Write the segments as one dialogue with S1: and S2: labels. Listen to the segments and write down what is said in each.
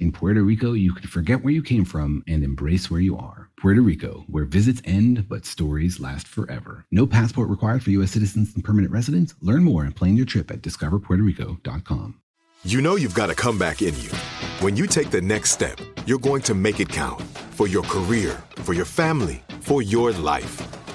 S1: In Puerto Rico, you can forget where you came from and embrace where you are. Puerto Rico, where visits end but stories last forever. No passport required for U.S. citizens and permanent residents. Learn more and plan your trip at discoverpuertorico.com.
S2: You know you've got a comeback in you. When you take the next step, you're going to make it count for your career, for your family, for your life.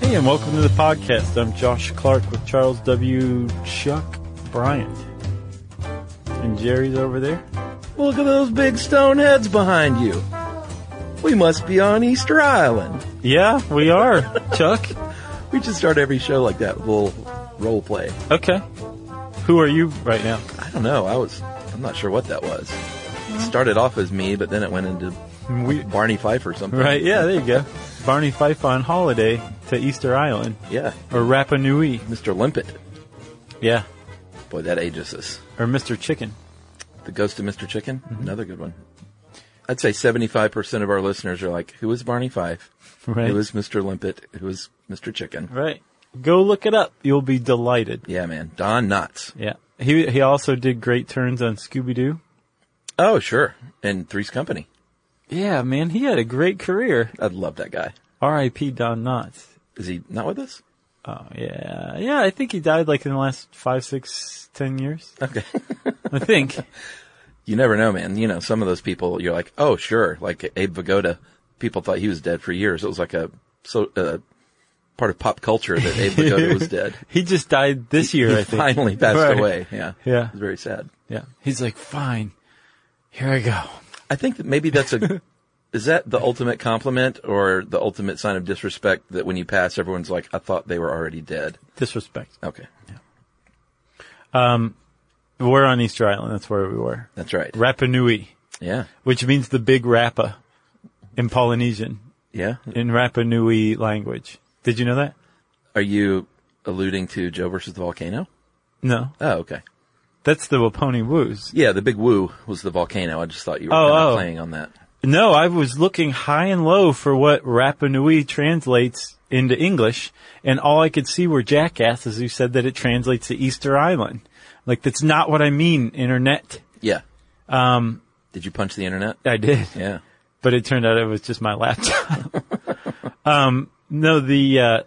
S3: Hey, and welcome to the podcast. I'm Josh Clark with Charles W. Chuck Bryant. And Jerry's over there.
S4: Look at those big stone heads behind you. We must be on Easter Island.
S3: Yeah, we are. Chuck?
S4: We should start every show like that with a little role play.
S3: Okay. Who are you right now?
S4: I don't know. I was, I'm not sure what that was. It started off as me, but then it went into
S3: We-
S4: Barney Fife or something.
S3: Right, yeah, there you go. Barney Fife on holiday to Easter Island
S4: Yeah.
S3: or Rapa Nui.
S4: Mr. Limpet.
S3: Yeah.
S4: Boy, that ages us.
S3: Or Mr. Chicken.
S4: The Ghost of Mr. Chicken.
S3: Mm-hmm.
S4: Another good one. I'd say 75% of our listeners are like, who is Barney Fife?
S3: Right.
S4: Who is Mr. Limpet? Who is Mr. Chicken?
S3: Right. Go look it up. You'll be delighted.
S4: Yeah, man. Don Knotts.
S3: Yeah. He he also did great turns on Scooby Doo.
S4: Oh, sure. And Three's Company.
S3: Yeah, man, he had a great career.
S4: I'd love that guy.
S3: R.I.P. Don Knotts.
S4: Is he not with us?
S3: Oh yeah, yeah. I think he died like in the last five, six, ten years.
S4: Okay.
S3: I think.
S4: you never know, man. You know, some of those people, you're like, oh, sure. Like Abe Vigoda, people thought he was dead for years. It was like a so uh, part of pop culture that Abe Vigoda was dead.
S3: he just died this year.
S4: He
S3: I think.
S4: finally passed
S3: Right.
S4: away. Yeah,
S3: Yeah.
S4: It's very sad.
S3: Yeah. He's like, fine. Here I go.
S4: I think that maybe that's a. is that the ultimate compliment or the ultimate sign of disrespect that when you pass, everyone's like, I thought they were already dead.
S3: Disrespect.
S4: Okay,
S3: We're on Easter Island. That's where we were.
S4: that's right.
S3: Rapa Nui,
S4: Yeah,
S3: which means the big Rapa in Polynesian
S4: yeah.
S3: in Rapa Nui language. Did you know that?
S4: Are you alluding to Joe versus the volcano?
S3: No.
S4: Oh, okay.
S3: That's the Waponi Woos.
S4: Yeah, the big woo was the volcano. I just thought you were
S3: Oh,
S4: kinda
S3: oh.
S4: playing on that.
S3: No, I was looking high and low for what Rapa Nui translates into English, and all I could see were jackasses who said that it translates to Easter Island. Like, that's not what I mean, internet.
S4: Yeah. Um, did you punch the internet?
S3: I did.
S4: Yeah.
S3: But it turned out it was just my laptop. um, no, the, uh,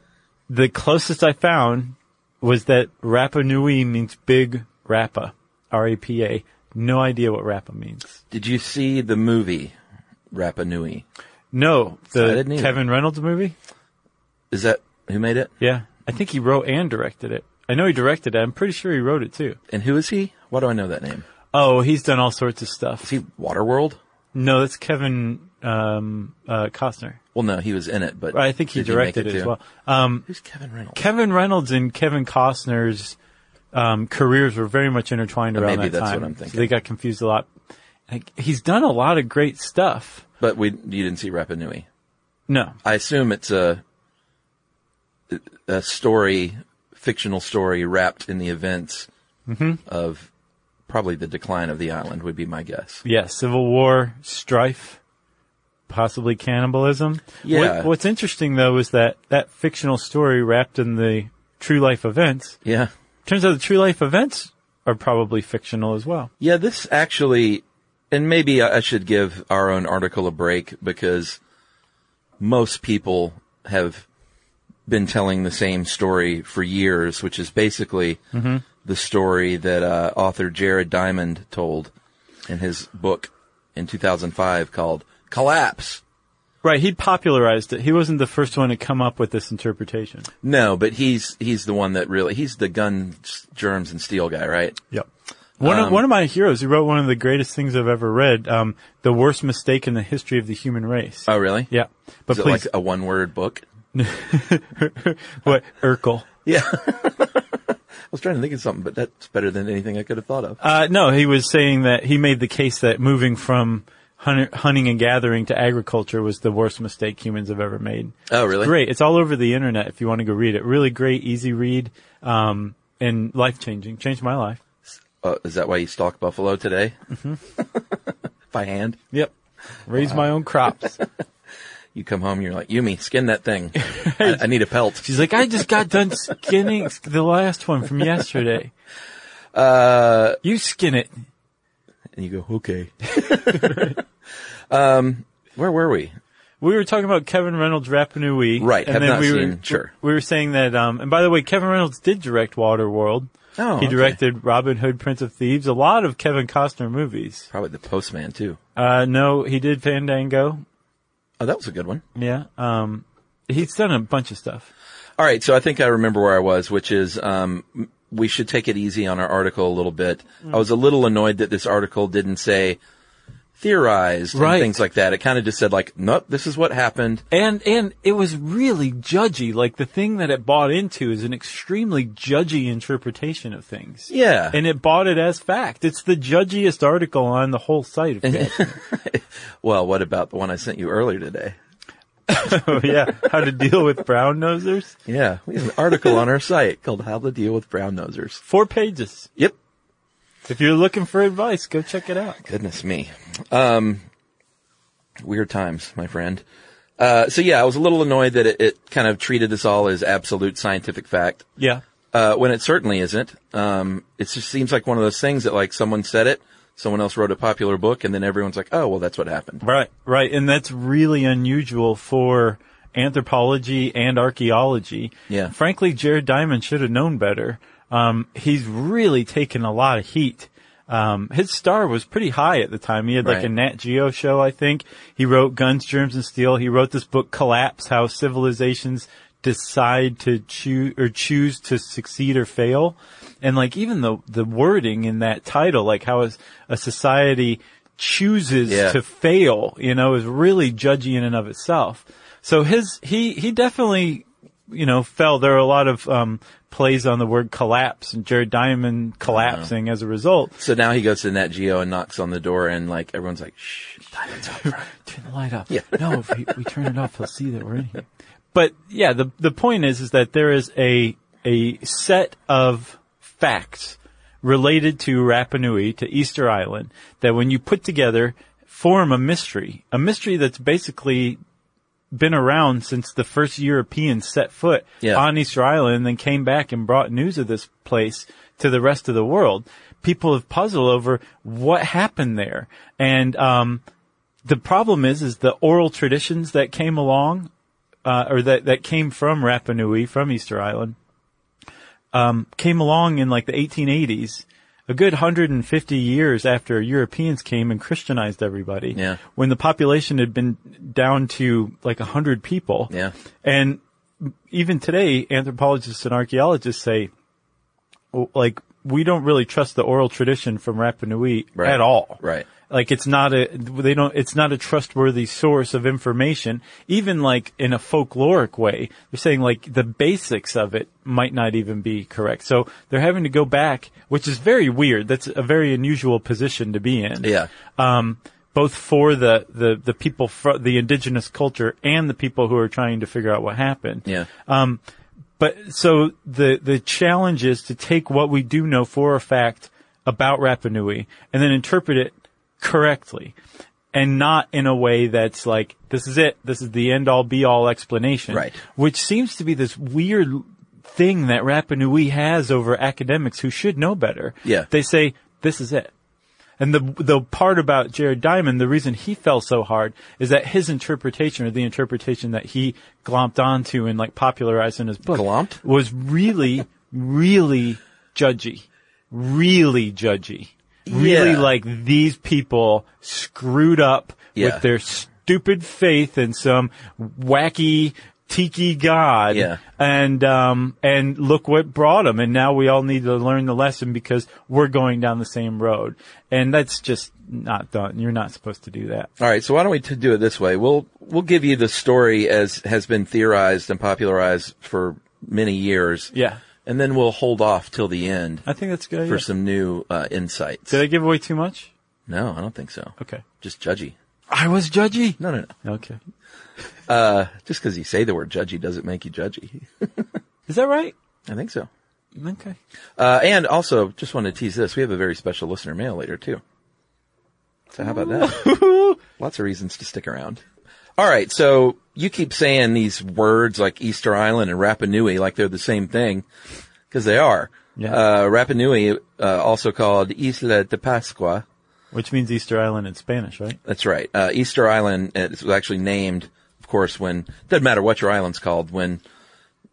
S3: the closest I found was that Rapa Nui means big Rapa. R-A-P-A. No idea what Rapa means.
S4: Did you see the movie Rapa Nui?
S3: No,
S4: I
S3: the
S4: didn't either.
S3: Kevin Reynolds movie?
S4: Is that who made it?
S3: Yeah. I think he wrote and directed it. I know he directed it. I'm pretty sure he wrote it too.
S4: And who is he? Why do I know that name?
S3: Oh, he's done all sorts of
S4: Is
S3: stuff.
S4: he Waterworld?
S3: No, that's Kevin um, uh, Costner.
S4: Well, no, he was in it, but
S3: I think he
S4: did make
S3: directed it, as
S4: too?
S3: well. Um,
S4: Who's Kevin Reynolds?
S3: Kevin Reynolds and Kevin Costner's um, careers were very much intertwined around
S4: maybe
S3: that
S4: that's
S3: time.
S4: what I'm
S3: so
S4: thinking.
S3: they got confused a lot. Like, he's done a lot of great stuff.
S4: but we you didn't see Rapa Nui.
S3: No,
S4: I assume it's a a story, fictional story wrapped in the events
S3: Mm-hmm.
S4: of probably the decline of the island would be my guess.
S3: Yeah, civil war, strife, possibly cannibalism.
S4: Yeah.
S3: What, what's interesting though is that that fictional story wrapped in the true life events.
S4: Yeah.
S3: Turns out the true life events are probably fictional as well.
S4: Yeah, this actually, and maybe I I should give our own article a break because most people have been telling the same story for years, which is basically the story that uh, author Jared Diamond told in his book in 2005 called collapse.
S3: Right, he popularized it. He wasn't the first one to come up with this interpretation.
S4: No, but he's he's the one that really he's the guns, germs, and steel guy, right?
S3: Yep. One
S4: Um,
S3: of, one of my heroes, he wrote one of the greatest things I've ever read, um, The Worst Mistake in the History of the Human Race.
S4: Oh, really?
S3: Yeah. But
S4: Is it
S3: please,
S4: like a one-word book?
S3: what, Urkel?
S4: Yeah. I was trying to think of something, but that's better than anything I could have thought of.
S3: Uh, no, he was saying that he made the case that moving from hunter, hunting and gathering to agriculture was the worst mistake humans have ever made.
S4: Oh, really?
S3: It's great. It's all over the internet if you want to go read it. Really great, easy read, um, and life changing. Changed my life.
S4: Uh, is that why you stalk buffalo today? By hand?
S3: Yep. Raise my own crops.
S4: You come home, you're like, Yumi, skin that thing. I, I need a pelt.
S3: She's like, I just got done skinning the last one from yesterday. Uh, you skin it.
S4: And you go, okay. um, where were we?
S3: We were talking about Kevin Reynolds' Rapanui.
S4: Right,
S3: and
S4: have
S3: then
S4: not
S3: we Were,
S4: seen, sure.
S3: We were saying that, um, and by the way, Kevin Reynolds did direct Waterworld.
S4: Oh,
S3: he
S4: okay.
S3: directed Robin Hood, Prince of Thieves, a lot of Kevin Costner movies.
S4: Probably the postman too.
S3: Uh, no, he did Fandango.
S4: Oh, that was a good one.
S3: Yeah. Um, he's done a bunch of stuff.
S4: All right. So I think I remember where I was, which is, um, m- we should take it easy on our article a little bit. I was a little annoyed that this article didn't say theorized
S3: Right.
S4: and things like that. It kind of just said like, nope, this is what happened.
S3: And and it was really judgy. Like the thing that it bought into is an extremely judgy interpretation of things.
S4: Yeah.
S3: And it bought it as fact. It's the judgiest article on the whole site. Of Catch.
S4: Well, what about the one I sent you earlier today?
S3: oh yeah, how to deal with brown nosers?
S4: Yeah. We have an article on our site called How to Deal with Brown Nosers.
S3: Four pages.
S4: Yep.
S3: If you're looking for advice, go check it out.
S4: Goodness me. Um, weird times, my friend. Uh, so yeah, I was a little annoyed that it, it kind of treated this all as absolute scientific fact.
S3: Yeah.
S4: uh, when it certainly isn't. Um, it just seems like one of those things that like someone said it, someone else wrote a popular book, and then everyone's like, oh, well, that's what happened.
S3: Right. Right. And that's really unusual for anthropology and archaeology.
S4: Yeah.
S3: Frankly, Jared Diamond should have known better. Um, he's really taken a lot of heat. Um, his star was pretty high at the time. He had like
S4: Right.
S3: a Nat Geo show, I think. He wrote Guns, Germs, and Steel. He wrote this book, Collapse, How Civilizations Decide to Choose or Choose to Succeed or Fail. And like even the, the wording in that title, like how is a society chooses
S4: Yeah.
S3: to fail, you know, is really judgy in and of itself. So his, he, he definitely, you know, fell. There are a lot of, um, plays on the word collapse and Jared Diamond collapsing as a result.
S4: So now he goes to Nat Geo and knocks on the door, and like everyone's like, shh, diamonds out front.
S3: turn the light off. No, if we, we turn it off, he'll see that we're in here. But yeah, the the point is is that there is a a set of facts related to Rapa Nui, to Easter Island, that when you put together form a mystery, a mystery that's basically been around since the first Europeans set foot
S4: Yeah.
S3: on Easter Island and then came back and brought news of this place to the rest of the world. People have puzzled over what happened there. And, um, the problem is, is the oral traditions that came along, uh, or that, that came from Rapa Nui, from Easter Island, um, came along in like the 1880s, a good 150 years after Europeans came and Christianized everybody.
S4: Yeah.
S3: When the population had been down to like 100 people.
S4: Yeah.
S3: And even today, anthropologists and archaeologists say, w- like, we don't really trust the oral tradition from Rapa Nui
S4: Right.
S3: at all.
S4: Right.
S3: Like it's not a they don't it's not a trustworthy source of information. Even like in a folkloric way, they're saying like the basics of it might not even be correct. So they're having to go back, which is very weird. That's a very unusual position to be in
S4: Yeah.
S3: um, both for the, the, the people, fr- the indigenous culture and the people who are trying to figure out what happened.
S4: Yeah.
S3: Um, but so the, the challenge is to take what we do know for a fact about Rapa Nui and then interpret it correctly and not in a way that's like, this is it. This is the end all be all explanation.
S4: Right.
S3: Which seems to be this weird thing that Rapa Nui has over academics who should know better.
S4: Yeah.
S3: They say, this is it. And the the part about Jared Diamond, the reason he fell so hard is that his interpretation, or the interpretation that he glomped onto and like popularized in his book,
S4: Glomped?
S3: was really, really judgy, really judgy, really
S4: Yeah.
S3: like these people screwed up
S4: Yeah.
S3: with their s- stupid faith in some wacky tiki god.
S4: Yeah.
S3: And, um, and look what brought him. And now we all need to learn the lesson because we're going down the same road. And that's just not done. You're not supposed to do that.
S4: All right, so why don't we t- do it this way? We'll we'll give you the story as has been theorized and popularized for many years.
S3: Yeah.
S4: And then we'll hold off till the end
S3: I think that's a good.
S4: for
S3: Idea.
S4: some new uh, insights.
S3: Did I give away too much?
S4: No, I don't think so.
S3: Okay.
S4: Just judgy.
S3: I was judgy.
S4: No, no, no.
S3: Okay.
S4: Just because you say the word judgy doesn't make you judgy.
S3: Is that right?
S4: I think so.
S3: Okay.
S4: Uh, and also, just want to tease this: we have a very special listener mail later too. So how about that? Lots of reasons to stick around. All right, so you keep saying these words like Easter Island and Rapa Nui like they're the same thing, because they are.
S3: Yeah.
S4: Uh, Rapa Nui, uh, also called Isla de Pascua.
S3: Which means Easter Island in Spanish, right?
S4: That's right. Uh, Easter Island uh, it was actually named, of course, when doesn't matter what your island's called. When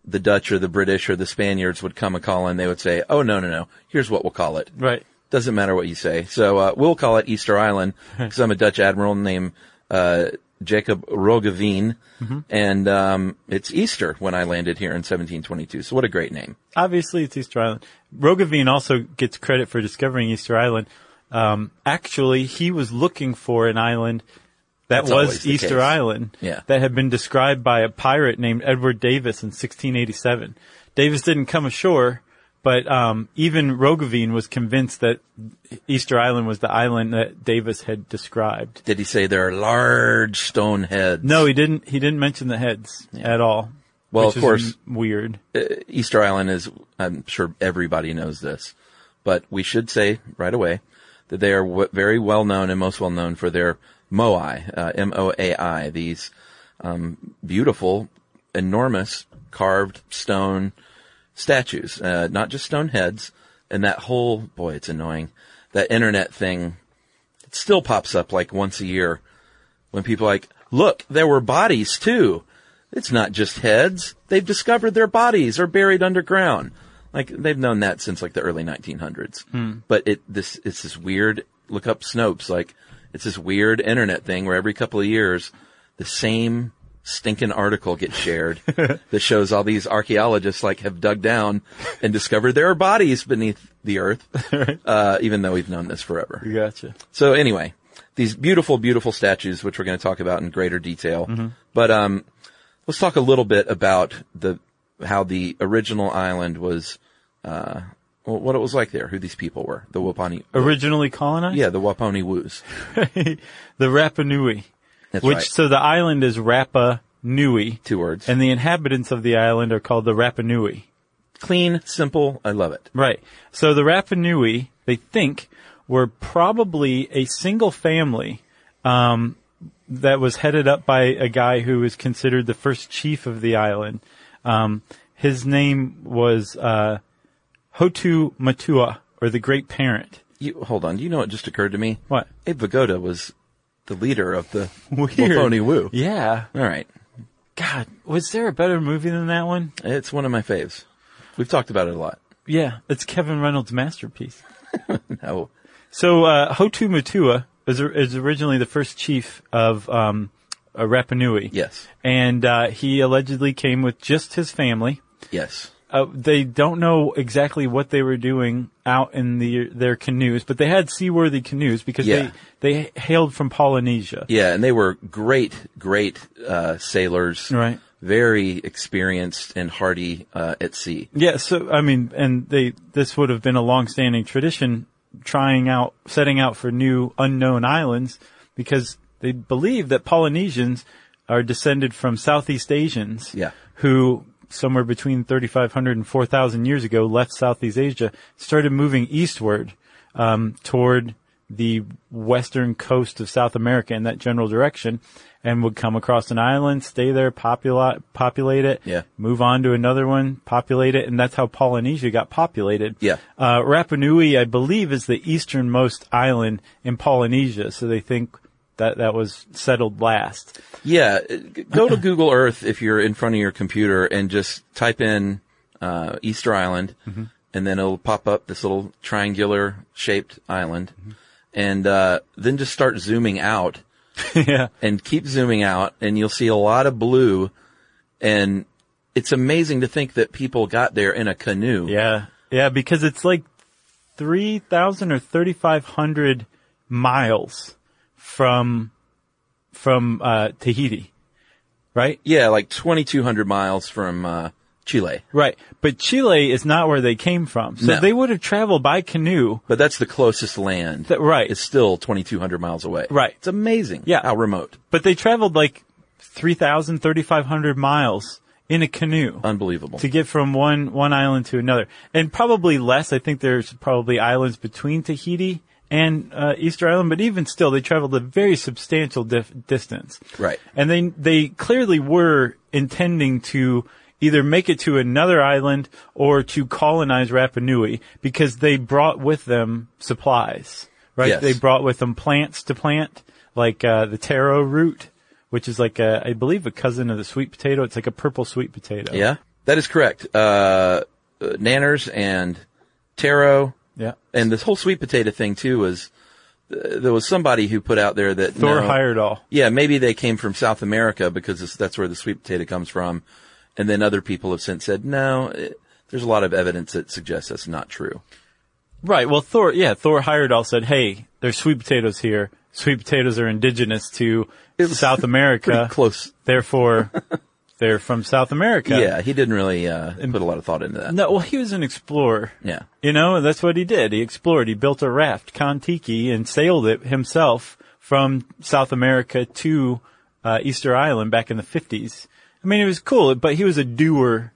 S4: the Dutch or the British or the Spaniards would come a calling, they would say, "Oh no, no, no! Here's what we'll call it."
S3: Right.
S4: Doesn't matter what you say. So uh, we'll call it Easter Island because I'm a Dutch admiral named uh, Jacob Roggeveen, and um, it's Easter when I landed here in 1722. So what a great name!
S3: Obviously, it's Easter Island. Roggeveen also gets credit for discovering Easter Island. Um, actually, he was looking for an island that
S4: That's always
S3: was
S4: the
S3: Easter
S4: case.
S3: Island
S4: Yeah.
S3: that had been described by a pirate named Edward Davis in 1687. Davis didn't come ashore, but um, even Roggeveen was convinced that Easter Island was the island that Davis had described.
S4: Did he say there are large stone heads?
S3: No, he didn't. He didn't mention the heads at all.
S4: Well,
S3: which
S4: of
S3: is
S4: course.
S3: m- weird.
S4: Easter Island is, I'm sure everybody knows this, but we should say right away that they are w- very well known and most well known for their moai, uh, M-O-A-I, these, um, beautiful, enormous carved stone statues, uh, not just stone heads. And that whole, boy, it's annoying. That internet thing, it still pops up like once a year when people are like, look, there were bodies too. It's not just heads. They've discovered their bodies are buried underground. Like they've known that since like the early 1900s. But it this it's this weird look up Snopes like it's this weird internet thing where every couple of years the same stinking article gets shared that shows all these archaeologists like have dug down and discovered there are bodies beneath the earth. Uh, even though we've known this forever.
S3: Gotcha.
S4: So anyway, these beautiful, beautiful statues, which we're going to talk about in greater detail.
S3: Mm-hmm.
S4: But um, let's talk a little bit about the how the original island was, uh, well, what it was like there, who these people were, the Wapani.
S3: Originally colonized.
S4: Yeah, the Waponi Woos.
S3: the Rapa Nui.
S4: That's
S3: which
S4: right.
S3: so the island is Rapa Nui,
S4: Two words.
S3: and the inhabitants of the island are called the Rapa Nui.
S4: clean, simple. I love it.
S3: Right. So the Rapa Nui, they think, were probably a single family um, that was headed up by a guy who is considered the first chief of the island. Um, his name was uh, Hotu Matua, or the Great Parent.
S4: You hold on. You know what just occurred to me?
S3: What?
S4: Abe Vigoda was the leader of the
S3: Weird.
S4: Waponi Woo.
S3: Yeah.
S4: All right,
S3: God, was there a better movie than that one?
S4: it's one of my faves. We've talked about it a lot.
S3: Yeah, it's Kevin Reynolds' masterpiece.
S4: No,
S3: So uh, Hotu Mutua is, is originally the first chief of um, uh, Rapa Nui.
S4: Yes.
S3: and uh, he allegedly came with just his family.
S4: yes.
S3: Uh, they don't know exactly what they were doing out in the their canoes, but they had seaworthy canoes because
S4: Yeah.
S3: they they hailed from Polynesia.
S4: Yeah, and they were great, great uh, sailors.
S3: Right.
S4: Very experienced and hardy uh, at sea.
S3: Yeah, so I mean, and they this would have been a long-standing tradition, trying out, setting out for new unknown islands because they believe that Polynesians are descended from Southeast Asians,
S4: Yeah.
S3: who somewhere between 3,500 and 4,000 years ago left Southeast Asia, started moving eastward um, toward the western coast of South America in that general direction, and would come across an island, stay there, populate populate it,
S4: Yeah.
S3: move on to another one, populate it, and that's how Polynesia got populated.
S4: Yeah.
S3: Uh, Rapa Nui, I believe, is the easternmost island in Polynesia, so they think that that was settled last.
S4: Yeah, uh, g- go to Google Earth if you're in front of your computer and just type in uh, Easter Island,
S3: Mm-hmm.
S4: and then it'll pop up this little
S3: Mm-hmm.
S4: triangular shaped island, and uh, then just start zooming out
S3: yeah.
S4: and keep zooming out and you'll see a lot of blue and it's amazing to think that people got there in a canoe.
S3: Yeah. Yeah. Because it's like 3,000 or 3,500 miles from, from, uh, Tahiti. Right?
S4: Yeah, like 2200 miles from uh, Chile.
S3: Right. But Chile is not where they came from. So
S4: No.
S3: they would have traveled by canoe.
S4: But that's the closest land.
S3: Th- right.
S4: It's still 2200 miles away.
S3: Right.
S4: It's amazing.
S3: Yeah.
S4: How remote.
S3: But they traveled like 3,000, 3,500 miles in a canoe.
S4: Unbelievable.
S3: to get from one one island to another, and probably less. I think there's probably islands between Tahiti and uh, Easter Island, but even still, they traveled a very substantial dif- distance.
S4: Right.
S3: and they they clearly were intending to either make it to another island or to colonize Rapa Nui because they brought with them supplies. Right,
S4: Yes.
S3: they brought with them plants to plant, like uh, the taro root. Which is like a, I believe, a cousin of the sweet potato. It's like a purple sweet potato.
S4: Yeah. That is correct. Uh, uh, Nanners and taro
S3: Yeah.
S4: and this whole sweet potato thing too was uh, there was somebody who put out there that
S3: Thor
S4: no-
S3: hired all.
S4: Yeah, maybe they came from South America because it's, that's where the sweet potato comes from. And then other people have since said, no, it, there's a lot of evidence that suggests that's not true.
S3: Right. Well, Thor, yeah, Thor hired all said, hey, there's sweet potatoes here. Sweet potatoes are indigenous to
S4: It's
S3: South America.
S4: Pretty close.
S3: Therefore, they're from South America.
S4: Yeah, he didn't really uh, put a lot of thought into that.
S3: No, well, he was an explorer.
S4: Yeah.
S3: You know, and that's what he did. He explored. He built a raft, Kon-Tiki, and sailed it himself from South America to uh, Easter Island back in the 50s. I mean, it was cool, but he was a doer,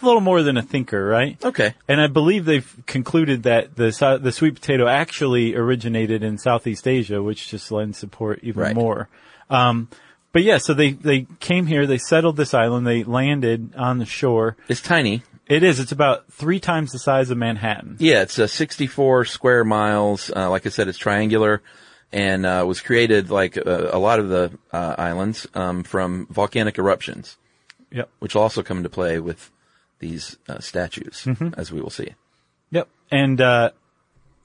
S3: a little more than a thinker, right?
S4: Okay.
S3: And I believe they've concluded that the so- the sweet potato actually originated in Southeast Asia, which just lends support even
S4: Right.
S3: more. Um, but yeah, so they they came here, they settled this island, they landed on the shore.
S4: It's tiny.
S3: It is it's about three times the size of Manhattan.
S4: Yeah, it's uh, 64 square miles. Uh, like I said, it's triangular and uh, was created like uh, a lot of the uh, islands um, from volcanic eruptions,
S3: Yep.
S4: which will also come into play with these uh, statues,
S3: Mm-hmm.
S4: as we will see.
S3: Yep. And uh,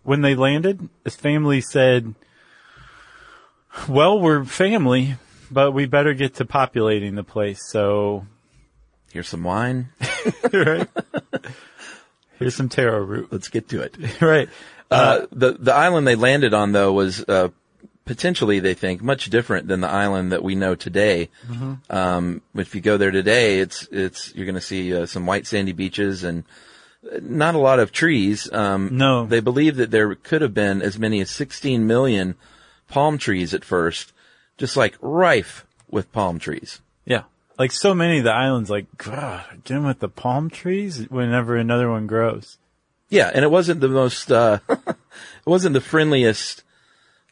S3: when they landed, his family said, "Well, we're family, but we better get to populating the place." So
S4: Here's some wine.
S3: right? here's some taro root.
S4: Let's get to it.
S3: right.
S4: Uh, the the island they landed on though was uh, potentially they think much different than the island that we know today. Um, if you go there today, it's it's you're going to see uh, some white sandy beaches and not a lot of trees. Um,
S3: No.
S4: they believe that there could have been as many as 16 million palm trees at first, just like rife with palm trees.
S3: Yeah. Like so many of the islands, like, God, again with the palm trees whenever another one grows.
S4: Yeah, and it wasn't the most, uh, it wasn't the friendliest.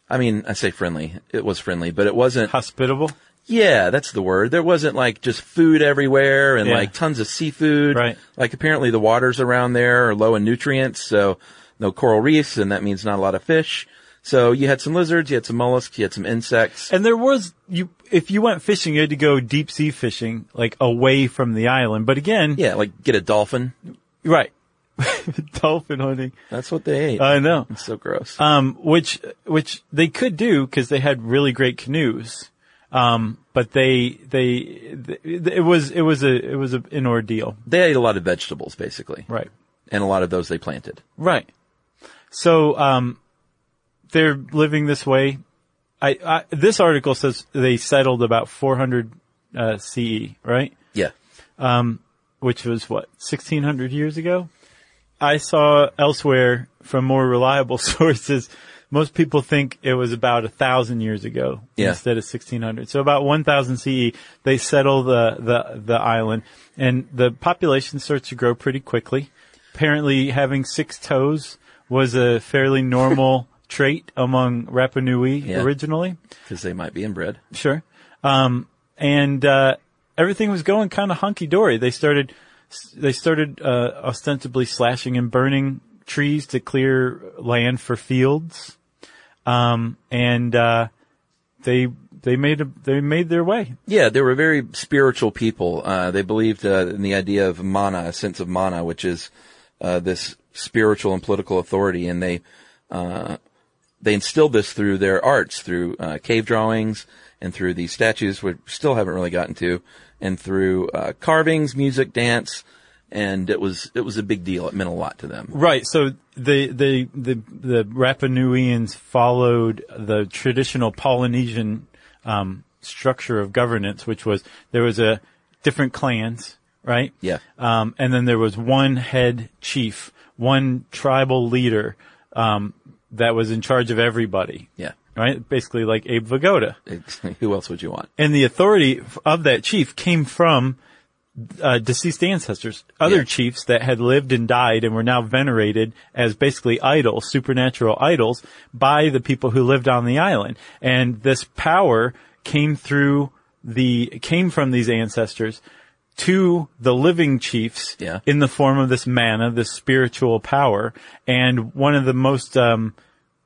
S4: I mean, I say friendly. It was friendly, but it wasn't
S3: Hospitable.
S4: Yeah, that's the word. There wasn't like just food everywhere and
S3: Yeah.
S4: like tons of seafood.
S3: Right.
S4: Like apparently the waters around there are low in nutrients, so no coral reefs, and that means not a lot of fish. So you had some lizards, you had some mollusks, you had some insects.
S3: And there was, you, if you went fishing, you had to go deep sea fishing, like away from the island. But again,
S4: yeah, like get a dolphin.
S3: right. Dolphin hunting.
S4: That's what they ate.
S3: I know.
S4: it's so gross.
S3: Um, which, which they could do because they had really great canoes. Um, but they, they, th it was, it was a, it was a, an ordeal.
S4: they ate a lot of vegetables, basically,
S3: Right.
S4: and a lot of those they planted.
S3: Right. So um, they're living this way. I, I this article says they settled about 400 uh, CE, right?
S4: Yeah,
S3: Which was what 1600 years ago. I saw elsewhere from more reliable sources. Most people think it was about a thousand years ago
S4: Yeah.
S3: instead of 1600. So about 1000 CE, E, they settle the, the, the island and the population starts to grow pretty quickly. Apparently having six toes was a fairly normal trait among Rapa Nui
S4: Yeah.
S3: originally.
S4: because they might be inbred.
S3: Sure. Um, and uh, everything was going kind of hunky dory. They started they started uh, ostensibly slashing and burning trees to clear land for fields, um, and uh, they they made a, they made their way.
S4: Yeah, they were very spiritual people. Uh, they believed uh, in the idea of mana, a sense of mana, which is uh, this spiritual and political authority, and they uh, they instilled this through their arts, through uh, cave drawings and through these statues, which we still haven't really gotten to, and through uh, carvings, music, dance, and it was it was a big deal. It meant a lot to them.
S3: Right. So the the the the Rapa Nuians followed the traditional Polynesian um, structure of governance, which was there was a different clans, right?
S4: Yeah.
S3: Um, and then there was one head chief, one tribal leader um, that was in charge of everybody.
S4: Yeah.
S3: Right. Basically, like Abe Vigoda.
S4: It's- who else would you want?
S3: and the authority f- of that chief came from uh, deceased ancestors, other
S4: Yeah.
S3: chiefs that had lived and died and were now venerated as basically idols, supernatural idols, by the people who lived on the island. And this power came through the came from these ancestors to the living chiefs
S4: Yeah.
S3: in the form of this manna, this spiritual power. And one of the most um,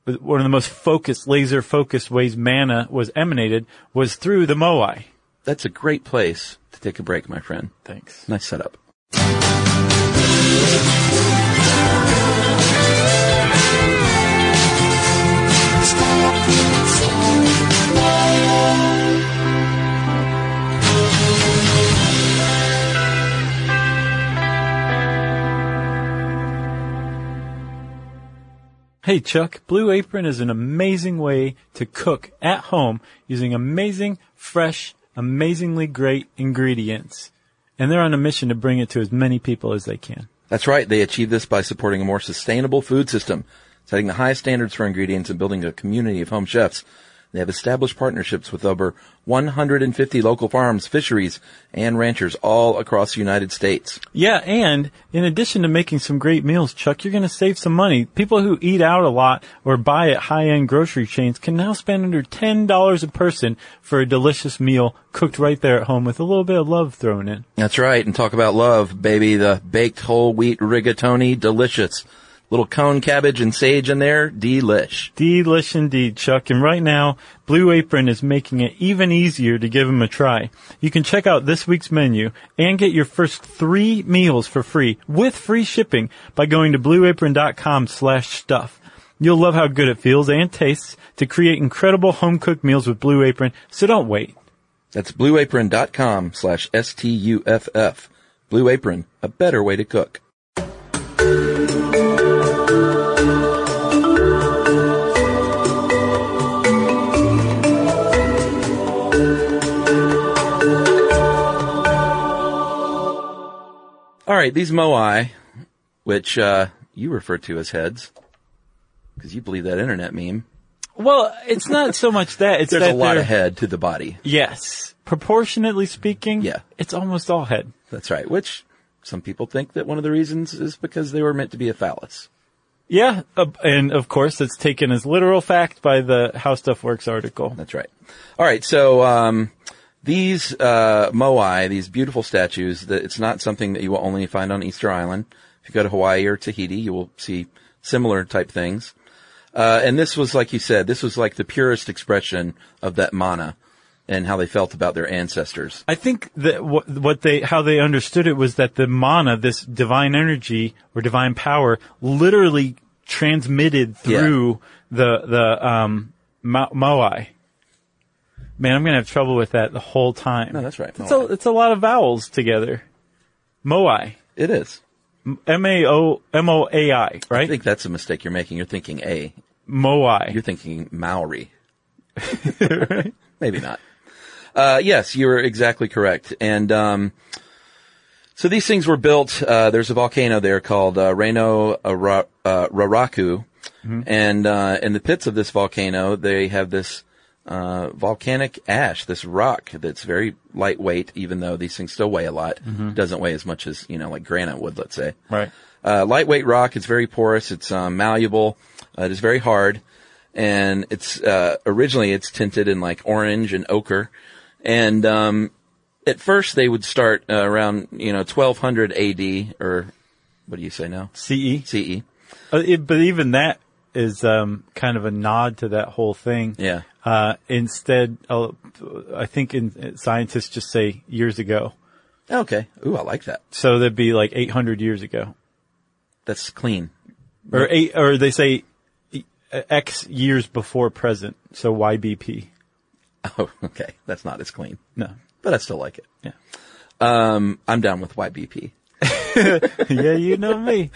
S3: one of the most focused, laser focused ways mana was emanated was through the Moai.
S4: That's a great place to take a break, my friend.
S3: Thanks.
S4: Nice setup.
S3: Hey Chuck, Blue Apron is an amazing way to cook at home using amazing, fresh, amazingly great ingredients. And they're on a mission to bring it to as many people as they can.
S4: That's right. They achieve this by supporting a more sustainable food system, setting the highest standards for ingredients and building a community of home chefs. They have established partnerships with over 150 local farms, fisheries, and ranchers all across the United States.
S3: Yeah, and in addition to making some great meals, Chuck, you're going to save some money. People who eat out a lot or buy at high-end grocery chains can now spend under $10 a person for a delicious meal cooked right there at home with a little bit of love thrown in.
S4: That's right. And talk about love, baby. The baked whole wheat rigatoni, delicious. Little cone cabbage and sage in there, delish.
S3: Delish indeed, Chuck. And right now, Blue Apron is making it even easier to give them a try. You can check out this week's menu and get your first three meals for free with free shipping by going to blueapron.com slash stuff. You'll love how good it feels and tastes to create incredible home cooked meals with Blue Apron. So don't wait.
S4: That's blueapron.com slash S-T-U-F-F. Blue Apron, a better way to cook. All right, these moai, which uh, you refer to as heads, because you believe that internet meme.
S3: Well, it's not so much that. It's
S4: There's
S3: that
S4: a lot
S3: they're-
S4: of head to the body.
S3: Yes. Proportionately speaking,
S4: Yeah.
S3: it's almost all head.
S4: That's right. Which some people think that one of the reasons is because they were meant to be a phallus.
S3: Yeah, uh, and of course it's taken as literal fact by the How Stuff Works article.
S4: That's right. All right. So um, these uh, moai, these beautiful statues, that it's not something that you will only find on Easter Island. If you go to Hawaii or Tahiti, you will see similar type things. Uh, and this was, like you said, this was like the purest expression of that mana and how they felt about their ancestors.
S3: I think that what, what they how they understood it was that the mana, this divine energy or divine power, literally transmitted through the the um, mo- moai. Man, I'm gonna have trouble with that the whole time.
S4: No, Oh, that's right,
S3: It's a,
S4: moai.
S3: it's a lot of vowels together. Moai,
S4: It is.
S3: M A O M O A I,
S4: I
S3: right?
S4: think that's a mistake you're making. You're thinking A.
S3: moai.
S4: You're thinking Maori. Maybe not. Uh, yes, you're exactly correct. And, um, so these things were built, uh, there's a volcano there called, uh, Reno Ara- uh, Raraku. And, uh, in the pits of this volcano, they have this, uh, volcanic ash, this rock that's very lightweight, even though these things still weigh a lot. Doesn't weigh as much as, you know, like granite would, let's say.
S3: right.
S4: Uh, lightweight rock. It's very porous. It's um, malleable. Uh, it is very hard, and it's uh, originally it's tinted in like orange and ochre. And um, at first they would start uh, around you know 1200 A.D. or what do you say now?
S3: C E.
S4: C.E.
S3: Uh, it, but even that is um, kind of a nod to that whole thing.
S4: Yeah.
S3: Uh, instead, i I think in, uh, scientists just say years ago.
S4: Okay. Ooh, I like that.
S3: So that'd be like 800 years ago,
S4: That's clean.
S3: or eight, or they say e, X years before present. So YBP.
S4: Oh, okay. That's not as clean,
S3: No.
S4: but I still like it.
S3: Yeah.
S4: Um, I'm down with YBP.
S3: yeah, you know me.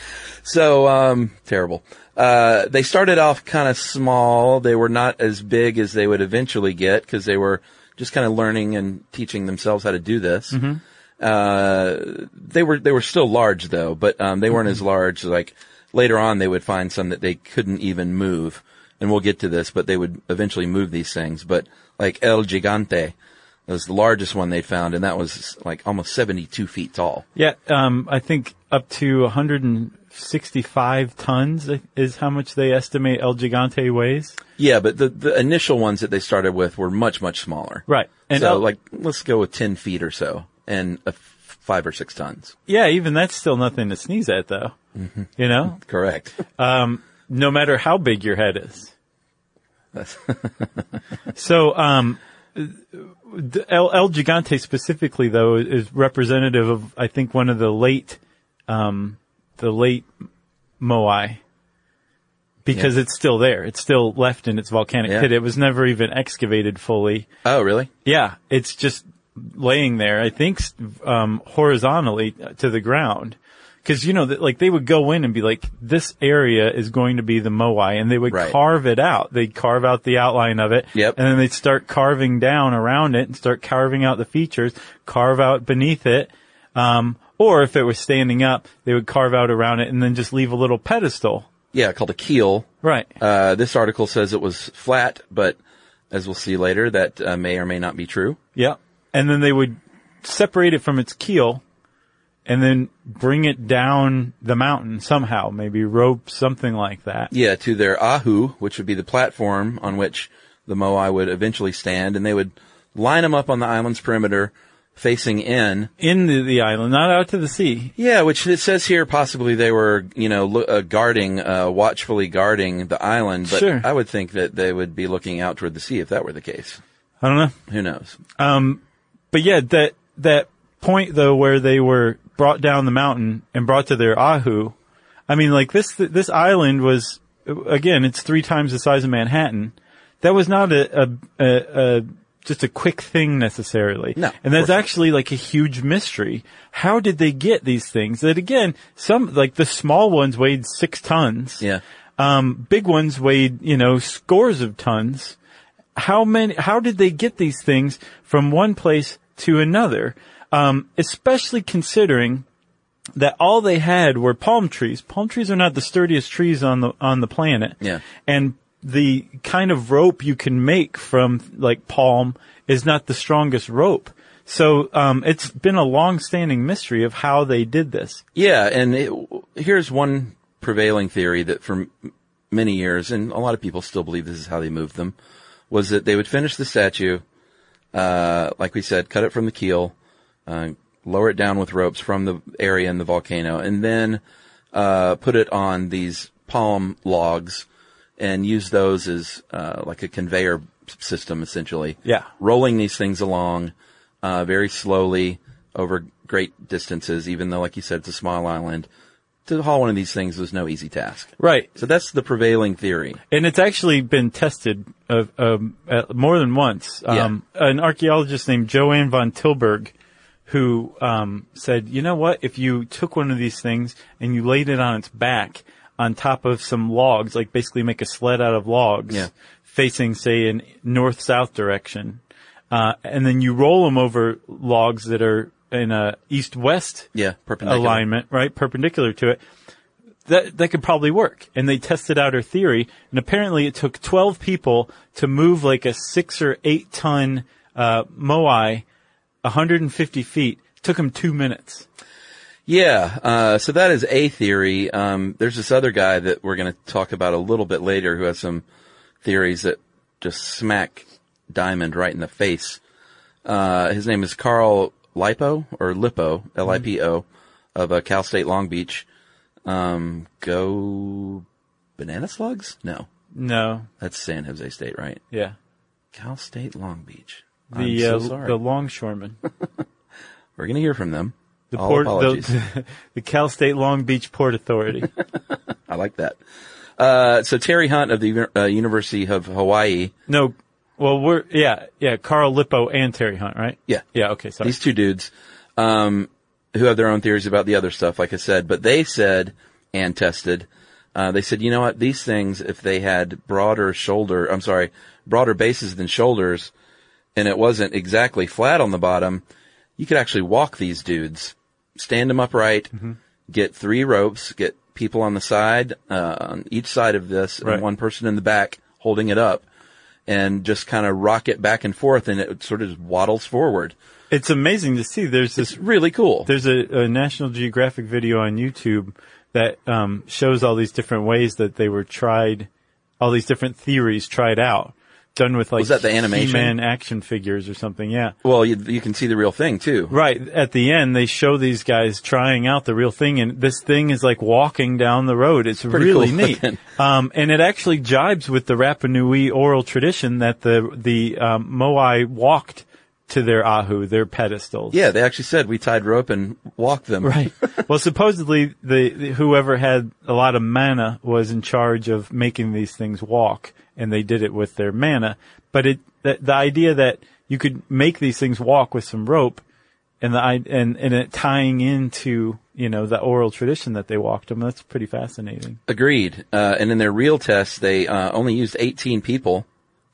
S4: So, um, terrible. Uh, they started off kind of small. They were not as big as they would eventually get because they were just kind of learning and teaching themselves how to do this. Uh, they were, they were still large though, but, um, they weren't as large. Like later on, they would find some that they couldn't even move. And we'll get to this, but they would eventually move these things. But like El Gigante was the largest one they found. And that was like almost 72 feet tall.
S3: Yeah, um, I think up to 165 tons is how much they estimate El Gigante weighs.
S4: Yeah, but the, the initial ones that they started with were much, much smaller.
S3: Right. And
S4: so
S3: I'll-
S4: like, let's go with 10 feet or so and a f- five or six tons.
S3: Yeah, even that's still nothing to sneeze at, though. You know,
S4: Correct.
S3: no matter how big your head is.
S4: That's-
S3: So, um, the El, El Gigante specifically, though, is representative of I think one of the late, um, the late Moai, because it's still there. It's still left in its volcanic
S4: Yeah.
S3: pit. It was never even excavated fully.
S4: oh, really?
S3: Yeah, it's just laying there. I think s- um, horizontally to the ground. Because you know, that like they would go in and be like, "This area is going to be the Moai," and they would
S4: Right.
S3: carve it out. They'd carve out the outline of it,
S4: Yep.
S3: and then they'd start carving down around it and start carving out the features, carve out beneath it, um, or if it was standing up, they would carve out around it and then just leave a little pedestal.
S4: Yeah, called a keel.
S3: Right.
S4: Uh, this article says it was flat, but as we'll see later, that uh, may or may not be true.
S3: Yeah. And then they would separate it from its keel and then bring it down the mountain somehow, maybe rope, something like that.
S4: Yeah, to their ahu, which would be the platform on which the moai would eventually stand, and they would line them up on the island's perimeter, facing in,
S3: In the, the island, not out to the sea.
S4: Yeah, which it says here possibly they were, you know, lo- uh, guarding, uh, watchfully guarding the island, but
S3: Sure.
S4: I would think that they would be looking out toward the sea if that were the case.
S3: I don't know.
S4: Who knows?
S3: But yeah, that, that point though where they were brought down the mountain and brought to their ahu. I mean, like this, this island was, again, it's three times the size of Manhattan. That was not a, a, a, a just a quick thing necessarily.
S4: No, of
S3: And that's
S4: course not.
S3: actually like a huge mystery. How did they get these things? That again, some, like the small ones weighed six tons.
S4: Yeah.
S3: Um, big ones weighed, you know, scores of tons. How many, how did they get these things from one place to another? Um, especially considering that all they had were palm trees. Palm trees are not the sturdiest trees on the, on the planet.
S4: Yeah.
S3: And the kind of rope you can make from like palm is not the strongest rope. So, um, it's been a long-standing mystery of how they did this.
S4: Yeah, and it, here's one prevailing theory that for m- many years, and a lot of people still believe this is how they moved them, was that they would finish the statue, uh, like we said, cut it from the keel, uh, lower it down with ropes from the area in the volcano, and then uh, put it on these palm logs and use those as uh, like a conveyor system, essentially.
S3: Yeah.
S4: rolling these things along uh, very slowly over great distances, even though, like you said, it's a small island. To haul one of these things was no easy task.
S3: Right.
S4: So that's the prevailing theory.
S3: And it's actually been tested uh, um, uh, more than once. Um, An archaeologist named Joanne von Tilburg, who um, said, you know what, if you took one of these things and you laid it on its back on top of some logs, like basically make a sled out of logs
S4: Yeah.
S3: facing, say, in north-south direction, uh, and then you roll them over logs that are in a east-west
S4: Yeah, perpendicular.
S3: alignment, right, perpendicular to it, that that could probably work. And they tested out her theory, and apparently it took twelve people to move like a six or eight ton uh, moai, 150 feet. Took them two minutes.
S4: Yeah, uh, so that is a theory. Um, there's this other guy that we're going to talk about a little bit later who has some theories that just smack Diamond right in the face. Uh, his name is Carl Lipo or Lipo, L-I-P-O, of uh, Cal State Long Beach. Um, go banana slugs? No,
S3: No,
S4: that's San Jose State, right?
S3: yeah,
S4: Cal State Long Beach. I'm
S3: the
S4: so
S3: uh,
S4: sorry.
S3: the longshoremen,
S4: we're going to hear from them.
S3: the
S4: All
S3: port,
S4: apologies.
S3: the, the Cal State Long Beach Port Authority.
S4: I like that. Uh, so Terry Hunt of the Uni- uh, University of Hawaii,
S3: No, well, we're yeah, yeah. Carl Lippo and Terry Hunt, right?
S4: Yeah.
S3: yeah. Okay, sorry.
S4: these two dudes, um, who have their own theories about the other stuff, like I said, but they said and tested, uh, they said, you know what? These things, if they had broader shoulder, I'm sorry, broader bases than shoulders, and it wasn't exactly flat on the bottom, you could actually walk these dudes, stand them upright,
S3: Mm-hmm.
S4: get three ropes, get people on the side, uh, on each side of this,
S3: Right.
S4: and one person in the back holding it up, and just kind of rock it back and forth, and it sort of just waddles forward.
S3: It's amazing to see. There's this
S4: It's really cool.
S3: There's a, a National Geographic video on YouTube that um, shows all these different ways that they were tried, all these different theories tried out, done with like
S4: Was that the animation?
S3: He-Man action figures or something. Yeah,
S4: Well, you, you can see the real thing too.
S3: right. At the end, they show these guys trying out the real thing, and this thing is like walking down the road. It's
S4: Pretty
S3: really
S4: cool
S3: neat,
S4: looking.
S3: um, and it actually jibes with the Rapa Nui oral tradition that the the um, Moai walked to their ahu, their pedestals.
S4: Yeah, they actually said we tied rope and walked them.
S3: Right. well, supposedly the, the whoever had a lot of mana was in charge of making these things walk, and they did it with their mana. But it the, the idea that you could make these things walk with some rope, and the i- and and it tying into you know the oral tradition that they walked them. That's pretty fascinating.
S4: Agreed. Uh, and in their real test, they uh, only used 18 people.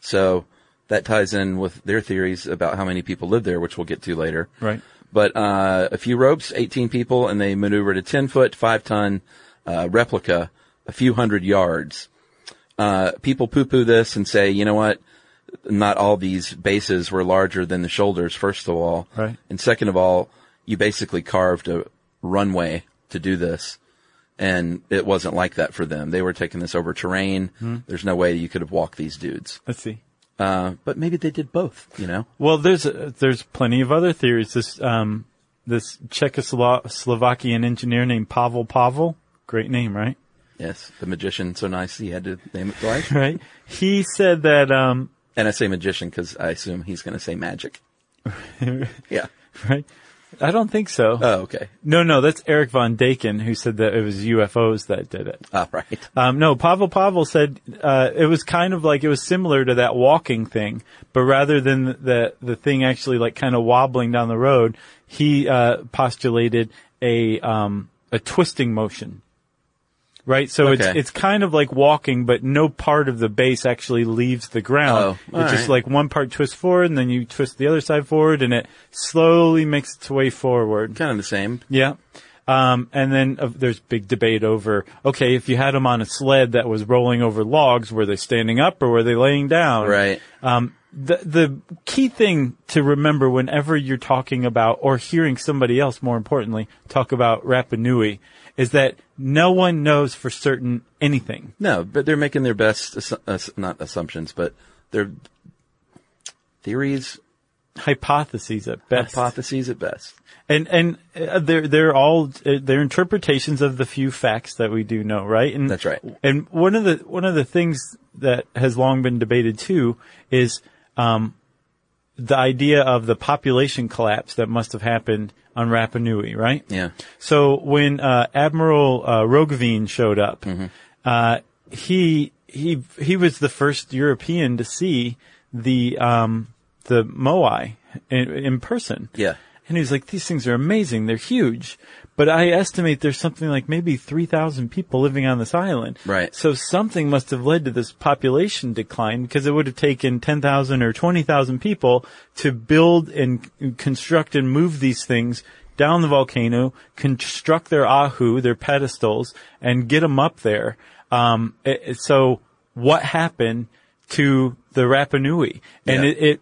S4: So that ties in with their theories about how many people lived there, which we'll get to later.
S3: Right.
S4: But uh, a few ropes, 18 people, and they maneuvered a 10 foot, 5 ton uh, replica a few hundred yards. Uh, people poo poo this and say, you know what? Not all these bases were larger than the shoulders, first of all.
S3: Right.
S4: And second of all, you basically carved a runway to do this. And it wasn't like that for them. They were taking this over terrain.
S3: Hmm.
S4: There's no way you could have walked these dudes.
S3: Let's see.
S4: Uh, but maybe they did both, you know?
S3: Well, there's uh, there's plenty of other theories. This um this Czechoslovakian engineer named Pavel Pavel, great name, right?
S4: Yes. The magician, so nice he had to name it twice.
S3: Right. He said that um
S4: And I say magician because I assume he's going to say magic. yeah.
S3: right? I don't think so.
S4: Oh, okay.
S3: no, no, that's Eric von Daken who said that it was UFOs that did it.
S4: All right.
S3: Um, no, Pavel Pavel said uh, it was kind of like it was similar to that walking thing, but rather than the the thing actually like kind of wobbling down the road, he uh, postulated a um, a twisting motion. Right, so it's
S4: Okay.
S3: it's kind of like walking, but no part of the base actually leaves the ground.
S4: Oh, all
S3: it's just
S4: right.
S3: like one part twists forward, and then you twist the other side forward, and it slowly makes its way forward.
S4: Kind of the same.
S3: Yeah. Um, and then uh, there's big debate over, okay, if you had them on a sled that was rolling over logs, were they standing up or were they laying down?
S4: Right.
S3: Um, the, the key thing to remember whenever you're talking about or hearing somebody else, more importantly, talk about Rapa Nui is that no one knows for certain anything.
S4: No, but they're making their best, assu- ass- not assumptions, but their theories,
S3: Hypotheses at best.
S4: hypotheses at best.
S3: And and uh, they're they're all uh, they're interpretations of the few facts that we do know, right? And
S4: That's right.
S3: And one of the one of the things that has long been debated too is um, the idea of the population collapse that must have happened on Rapa Nui, right?
S4: Yeah.
S3: So when uh, Admiral uh, Roggeveen showed up,
S4: Mm-hmm.
S3: uh, he he he was the first European to see the um, the Moai in, in person.
S4: Yeah.
S3: And he was like, "These things are amazing. They're huge." But I estimate there's something like maybe 3,000 people living on this island.
S4: Right.
S3: So something must have led to this population decline because it would have taken 10,000 or 20,000 people to build and c- construct and move these things down the volcano, construct their ahu, their pedestals, and get them up there. Um, it- it- so what happened to the Rapa Nui? And
S4: Yeah.
S3: it, it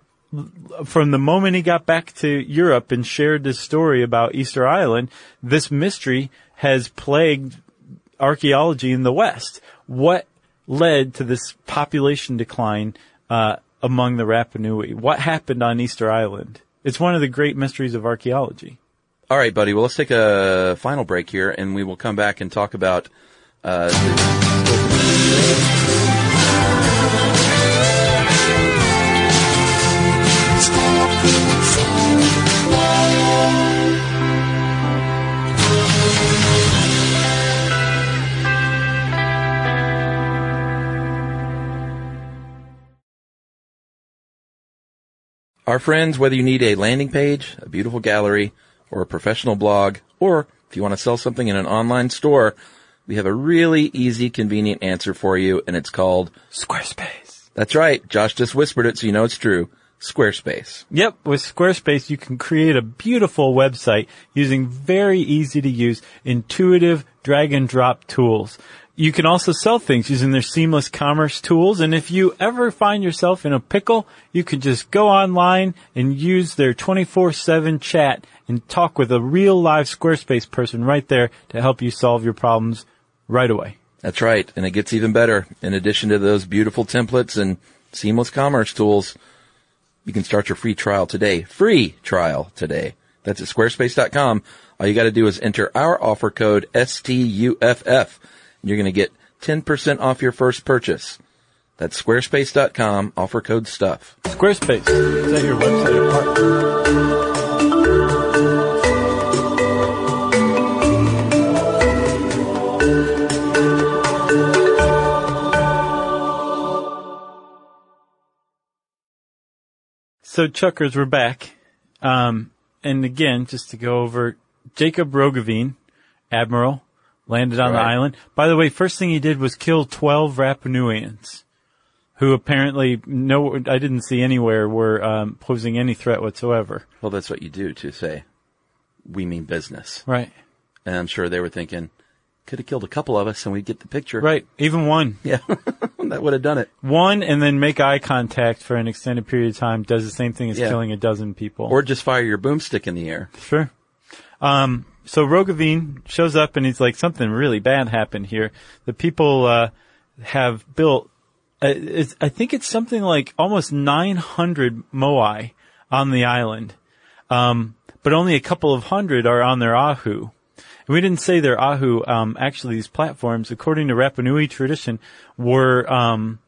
S3: from the moment he got back to Europe and shared this story about Easter Island, this mystery has plagued archaeology in the West. What led to this population decline uh, among the Rapa Nui? What happened on Easter Island? It's one of the great mysteries of archaeology.
S4: All right, buddy. Well, let's take a final break here, and we will come back and talk about. Uh, Our friends, whether you need a landing page, a beautiful gallery, or a professional blog, or if you want to sell something in an online store, we have a really easy, convenient answer for you, and it's called
S3: Squarespace.
S4: That's right. Josh just whispered it, so you know it's true. Squarespace.
S3: Yep, with Squarespace you can create a beautiful website using very easy to use, intuitive drag and drop tools. You can also sell things using their seamless commerce tools. And if you ever find yourself in a pickle, you can just go online and use their 24-7 chat and talk with a real live Squarespace person right there to help you solve your problems right away.
S4: That's right. And it gets even better. In addition to those beautiful templates and seamless commerce tools, you can start your free trial today. Free trial today. That's at squarespace.com. All you got to do is enter our offer code STUFF. And you're going to get 10% off your first purchase. That's squarespace.com, offer code STUFF.
S3: Squarespace, set your website apart. So, Chuckers, we're back. Um, and again, just to go over, Jacob Rogovine, Admiral, landed on the
S4: Right.
S3: island. By the way, first thing he did was kill 12 Rapanuians, who apparently no, I didn't see anywhere were um, posing any threat whatsoever.
S4: Well, that's what you do to say, we mean business.
S3: Right.
S4: And I'm sure they were thinking, could have killed a couple of us and we'd get the picture.
S3: Right. Even one.
S4: Yeah. that would have done it.
S3: One and then make eye contact for an extended period of time does the same thing as
S4: Yeah.
S3: killing a dozen people.
S4: Or just fire your boomstick in the air.
S3: Sure. Um, so Rogovine shows up and he's like, something really bad happened here. The people, uh, have built, uh, it's, I think it's something like almost 900 moai on the island. Um, but only a couple of hundred are on their ahu. And we didn't say their ahu, um, actually these platforms, according to Rapa Nui tradition, were, um,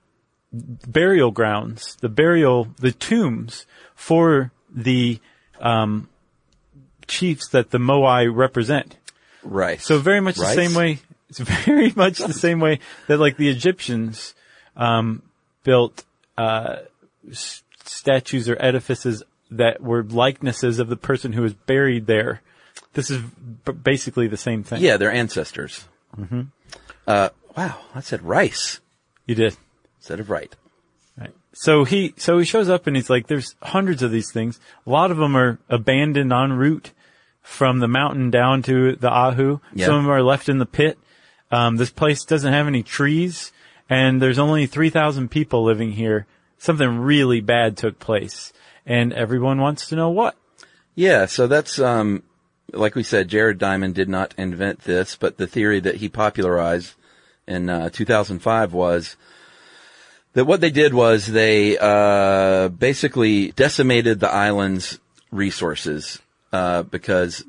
S3: burial grounds, the burial, the tombs for the, um, chiefs that the Moai represent.
S4: Right.
S3: So very much the same way. It's very much the same way that like the Egyptians um, built uh, s- statues or edifices that were likenesses of the person who was buried there. This is b- basically the same thing.
S4: Yeah, their ancestors. Mm-hmm. Uh, wow, I said rice
S3: you did.
S4: instead of right.
S3: Right. So he so he shows up and he's like, "There's hundreds of these things. A lot of them are abandoned en route from the mountain down to the Ahu.
S4: Yeah.
S3: Some of them are left in the pit. Um, this place doesn't have any trees, and there's only three thousand people living here. Something really bad took place, and everyone wants to know what.
S4: Yeah, so that's um, like we said, Jared Diamond did not invent this, but the theory that he popularized in uh, 2005 was that what they did was they uh, basically decimated the island's resources uh, because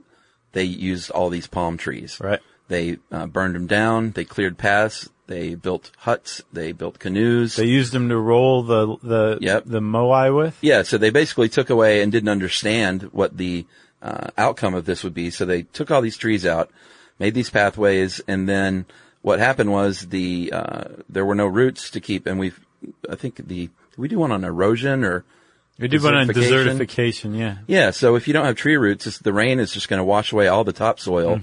S4: they used all these palm trees.
S3: Right.
S4: They uh, burned them down. They cleared paths. They built huts. They built canoes.
S3: They used them to roll the the
S4: Yep.
S3: the moai with.
S4: Yeah, so they basically took away and didn't understand what the uh, outcome of this would be. So they took all these trees out, made these pathways, and then what happened was the uh, there were no roots to keep. And we've, I think the did we do one on erosion or
S3: We did one on
S4: Desertification.
S3: desertification. Yeah.
S4: yeah. So if you don't have tree roots, it's, the rain is just going to wash away all the topsoil.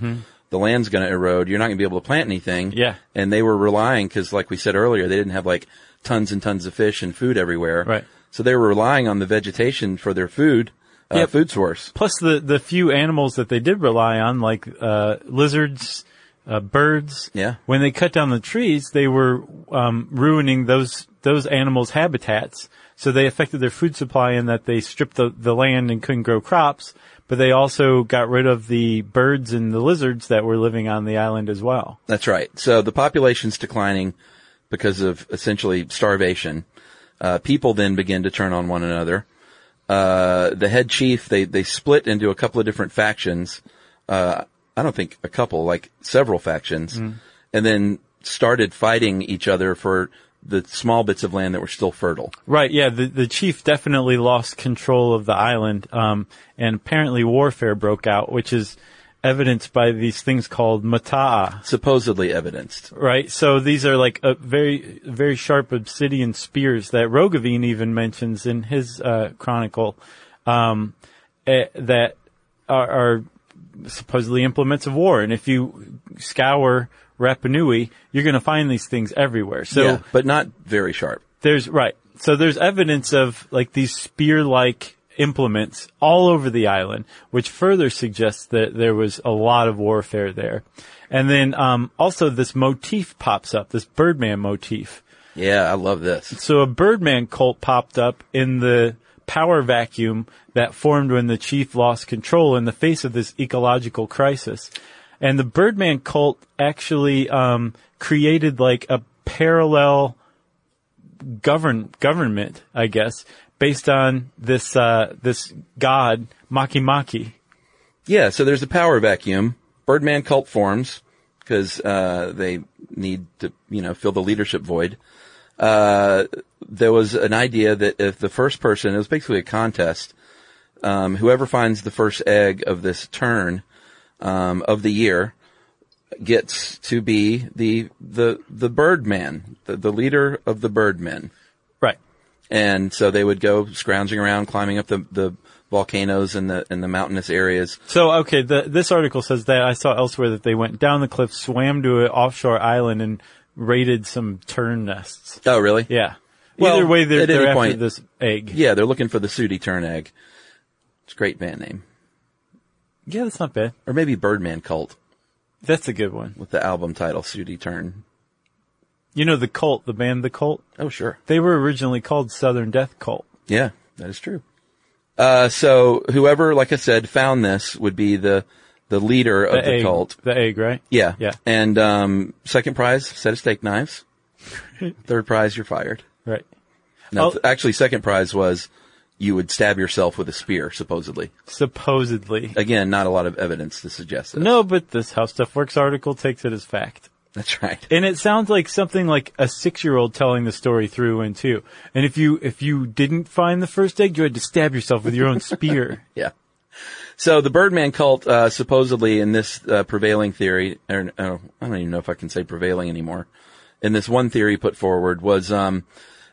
S4: The land's going to erode. You're not going to be able to plant anything.
S3: Mm-hmm. Yeah.
S4: And they were relying because, like we said earlier, they didn't have like tons and tons of fish and food everywhere.
S3: Right.
S4: So they were relying on the vegetation for their food, uh,
S3: Yep.
S4: food source.
S3: Plus the, the few animals that they did rely on, like, uh, lizards, uh, birds.
S4: Yeah.
S3: When they cut down the trees, they were, um, ruining those, those animals' habitats. So they affected their food supply in that they stripped the, the land and couldn't grow crops, but they also got rid of the birds and the lizards that were living on the island as well.
S4: That's right. So the population's declining because of essentially starvation. Uh, people then begin to turn on one another. Uh, the head chief, they, they split into a couple of different factions. Uh, I don't think a couple, like several factions, and then started fighting each other for the small bits of land that were still fertile.
S3: Right, yeah, the, the chief definitely lost control of the island, um, and apparently warfare broke out, which is evidenced by these things called mata'a,
S4: supposedly evidenced.
S3: right? So these are like a very, very sharp obsidian spears that Rogovine even mentions in his uh, chronicle um, eh, that are, are supposedly implements of war. And if you scour Rapa Nui, you're going to find these things everywhere. So
S4: yeah, but not very sharp.
S3: there's right. So there's evidence of like these spear-like implements all over the island, which further suggests that there was a lot of warfare there. And then um, also this motif pops up, this Birdman motif.
S4: Yeah, I love this.
S3: So a Birdman cult popped up in the power vacuum that formed when the chief lost control in the face of this ecological crisis. And the Birdman cult actually um, created like a parallel govern government, I guess, based on this uh, this god Makimaki.
S4: Yeah, so there's a power vacuum. Birdman cult forms because uh, they need to, you know, fill the leadership void. Uh, there was an idea that if the first person, it was basically a contest, um, whoever finds the first egg of this turn um, of the year gets to be the the the Birdman, the, the leader of the Birdmen.
S3: Right.
S4: And so they would go scrounging around, climbing up the, the volcanoes and the and the mountainous areas.
S3: So okay, the, this article says that I saw elsewhere that they went down the cliff, swam to an offshore island, and raided some tern nests.
S4: Oh, really?
S3: Yeah.
S4: Well,
S3: Either way, they're,
S4: at any
S3: they're after
S4: point-
S3: this egg. Yeah.
S4: Yeah, they're looking for the Sooty Turn Egg. It's a great band name.
S3: that's not bad.
S4: Or maybe Birdman Cult
S3: That's a good one.
S4: with the album title Sooty Turn.
S3: You know, the cult, the band, the cult.
S4: Oh, sure.
S3: They were originally called Southern Death Cult.
S4: Yeah, that is true. Uh, so whoever, like I said, found this would be the, the leader
S3: The,
S4: of the
S3: egg,
S4: cult.
S3: The egg, right?
S4: Yeah.
S3: Yeah.
S4: And, um, second prize, set of steak knives. Third prize, you're fired.
S3: Right.
S4: No,
S3: Oh.
S4: th- actually, second prize was you would stab yourself with a spear, supposedly.
S3: Supposedly.
S4: Again, not a lot of evidence to suggest that.
S3: No, but this How Stuff Works article takes it as fact.
S4: That's right.
S3: And it sounds like something like a six-year-old telling the story through and two. And if you, if you didn't find the first egg, you had to stab yourself with your own spear.
S4: Yeah. So the Birdman cult, uh, supposedly in this uh, prevailing theory, or oh, I don't even know if I can say prevailing anymore, in this one theory put forward was um,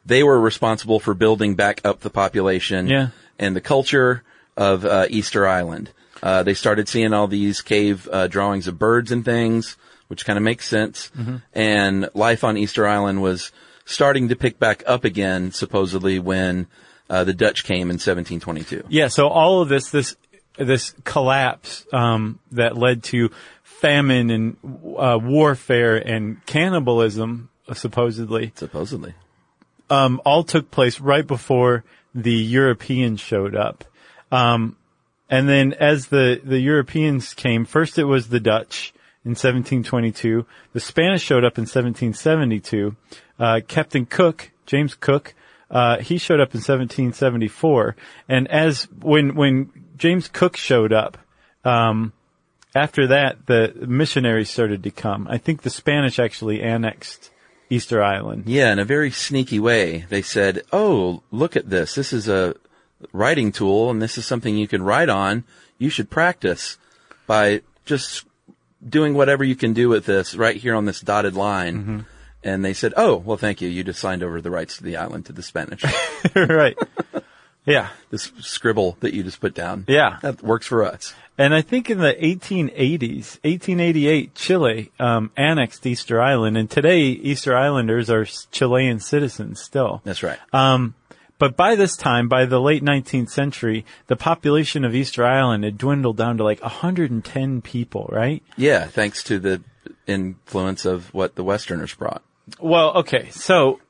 S4: they were responsible for building back up the population
S3: Yeah.
S4: and the culture of uh, Easter Island. Uh, they started seeing all these cave uh, drawings of birds and things, which kind of makes sense. And life on Easter Island was starting to pick back up again, supposedly when uh, the Dutch came in 1722.
S3: Yeah. So all of this, this, this collapse um, that led to famine and uh, warfare and cannibalism, supposedly,
S4: Supposedly.
S3: um, all took place right before the Europeans showed up. Um, and then as the, the Europeans came, first it was the Dutch in 1722. The Spanish showed up in 1772. Uh, Captain Cook, James Cook, uh, he showed up in 1774. And as when, when James Cook showed up, um, after that, the missionaries started to come. I think the Spanish actually annexed Easter Island.
S4: Yeah, in a very sneaky way, they said, "Oh, look at this. This is a writing tool, and this is something you can write on. You should practice by just doing whatever you can do with this right here on this dotted line." And they said, "Oh, well, thank you. You just signed over the rights to the island to the Spanish.
S3: right. Yeah.
S4: this scribble that you just put down,
S3: Yeah.
S4: that works for us."
S3: And I think in the 1880s, 1888, Chile um, annexed Easter Island, and today Easter Islanders are s- Chilean citizens still.
S4: That's right.
S3: Um, but by this time, by the late 19th century, the population of Easter Island had dwindled down to like 110 people, right?
S4: yeah, thanks to the influence of what the Westerners brought.
S3: Well, okay, so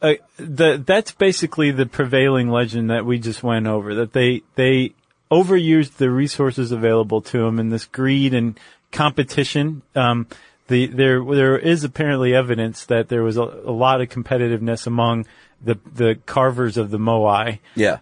S3: uh, the that's basically the prevailing legend that we just went over that they they overused the resources available to them and this greed and competition. Um, the there there is apparently evidence that there was a, a lot of competitiveness among the the carvers of the moai.
S4: Yeah.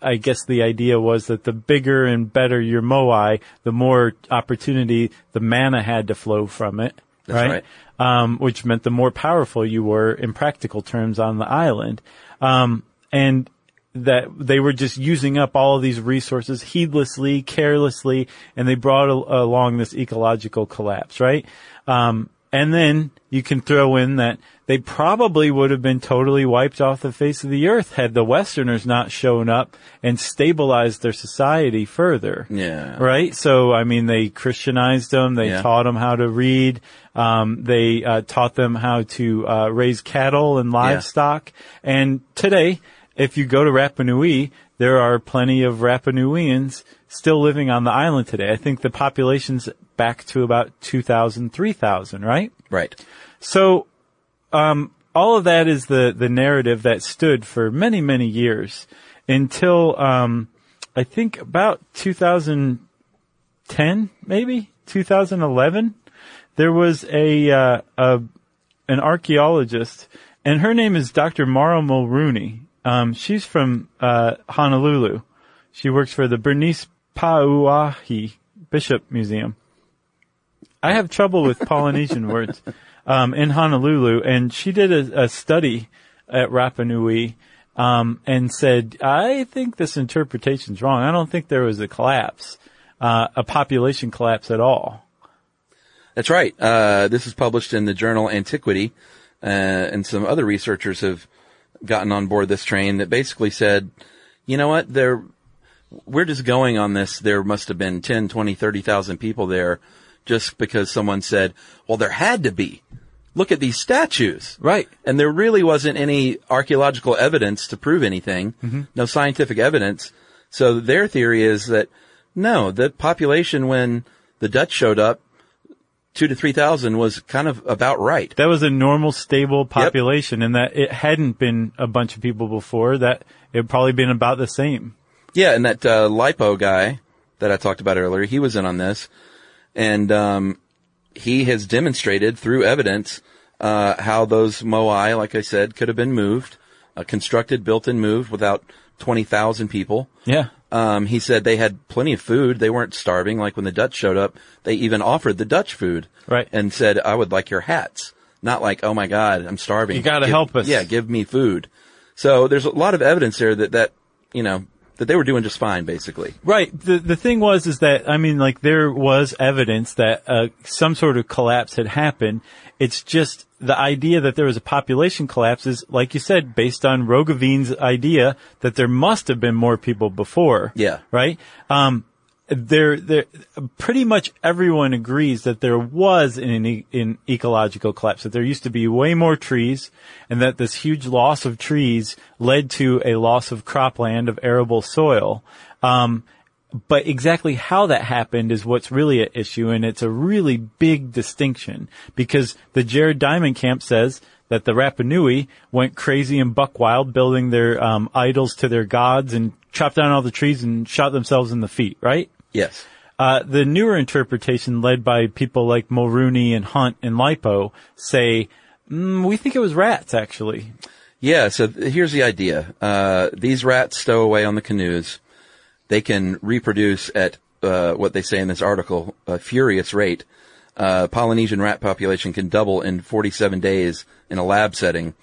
S3: I guess the idea was that the bigger and better your moai, the more opportunity the mana had to flow from it.
S4: That's
S3: Um, which meant the more powerful you were in practical terms on the island. Um, and that they were just using up all of these resources heedlessly, carelessly, and they brought a- along this ecological collapse, right? Um, and then you can throw in that they probably would have been totally wiped off the face of the earth had the Westerners not shown up and stabilized their society further.
S4: Yeah.
S3: Right? So, I mean, they Christianized them. They
S4: Yeah.
S3: taught them how to read. Um, they uh, taught them how to uh, raise cattle and livestock. And today, if you go to Rapa Nui, there are plenty of Rapa Nuians still living on the island today. I think the population's back to about 2,000, 3,000, right?
S4: Right.
S3: So, um, all of that is the, the narrative that stood for many, many years until, um, I think about 2010, maybe 2011, there was a, uh, a an archaeologist, and her name is Dr. Mara Mulrooney. Um, she's from uh, Honolulu. She works for the Bernice Pauahi Bishop Museum. I have trouble with Polynesian words um, in Honolulu, and she did a, a study at Rapa Nui um, and said, "I think this interpretation's wrong. I don't think there was a collapse, uh, a population collapse at all."
S4: That's right. Uh, this is published in the journal Antiquity, uh, and some other researchers have gotten on board this train that basically said, you know what, there, we're just going on this. There must have been 10, 20, 30,000 people there just because someone said, well, there had to be. Look at these statues.
S3: Right.
S4: And there really wasn't any archaeological evidence to prove anything, no scientific evidence. So their theory is that no, the population when the Dutch showed up, two to three thousand was kind of about right.
S3: That was a normal, stable population, and that it hadn't been a bunch of people before. That it had probably been about the same.
S4: Yeah, and that uh, lipo guy that I talked about earlier, he was in on this, and um, he has demonstrated through evidence uh, how those moai, like I said, could have been moved, uh, constructed, built, and moved without twenty thousand people.
S3: Yeah.
S4: Um, he said they had plenty of food. They weren't starving. Like when the Dutch showed up, they even offered the Dutch food.
S3: Right.
S4: And said, I would like your hats. Not like, oh my God, I'm starving.
S3: You gotta
S4: Give-
S3: help us.
S4: Yeah, give me food. So there's a lot of evidence there that, that, you know, that they were doing just fine, basically.
S3: Right. The the thing was is that I mean like there was evidence that uh, some sort of collapse had happened. It's just the idea that there was a population collapse is like you said based on Rogovin's idea that there must have been more people before.
S4: Yeah.
S3: Right? Um there there pretty much everyone agrees that there was an, e- an ecological collapse that there used to be way more trees and that this huge loss of trees led to a loss of cropland of arable soil. Um, but exactly how that happened is what's really at issue, and it's a really big distinction because the Jared Diamond camp says that the Rapa Nui went crazy and buck wild, building their um, idols to their gods and chopped down all the trees and shot themselves in the feet. Right?
S4: Yes.
S3: Uh, the newer interpretation, led by people like Mulrooney and Hunt and Lipo, say mm, we think it was rats actually.
S4: Yeah, so th- here's the idea. Uh, these rats stow away on the canoes. They can reproduce at uh, what they say in this article, a furious rate. Uh, Polynesian rat population can double in 47 days in a lab setting.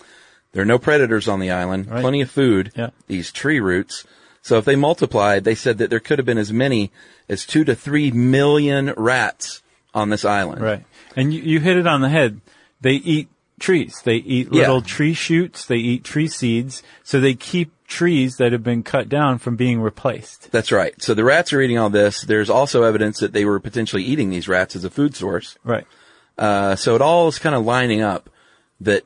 S4: There are no predators on the island, plenty of food,
S3: Yeah.
S4: these tree roots. So if they multiplied, they said that there could have been as many as two to three million rats on this island.
S3: Right. And you, you hit it on the head. They eat trees. They eat little
S4: Yeah.
S3: tree shoots. They eat tree seeds. So they keep trees that have been cut down from being replaced.
S4: That's right. So the rats are eating all this. There's also evidence that they were potentially eating these rats as a food source.
S3: Right.
S4: Uh, so it all is kind of lining up that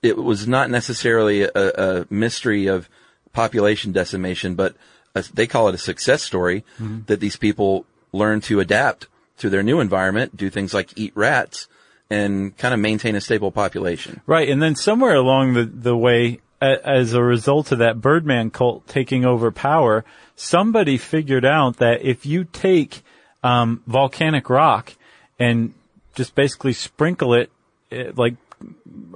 S4: it was not necessarily a, a mystery of population decimation, but a, they call it a success story that these people learn to adapt to their new environment, do things like eat rats, and kind of maintain a stable population.
S3: Right. And then somewhere along the, the way, a, as a result of that Birdman cult taking over power, somebody figured out that if you take um, volcanic rock and just basically sprinkle it, eh, like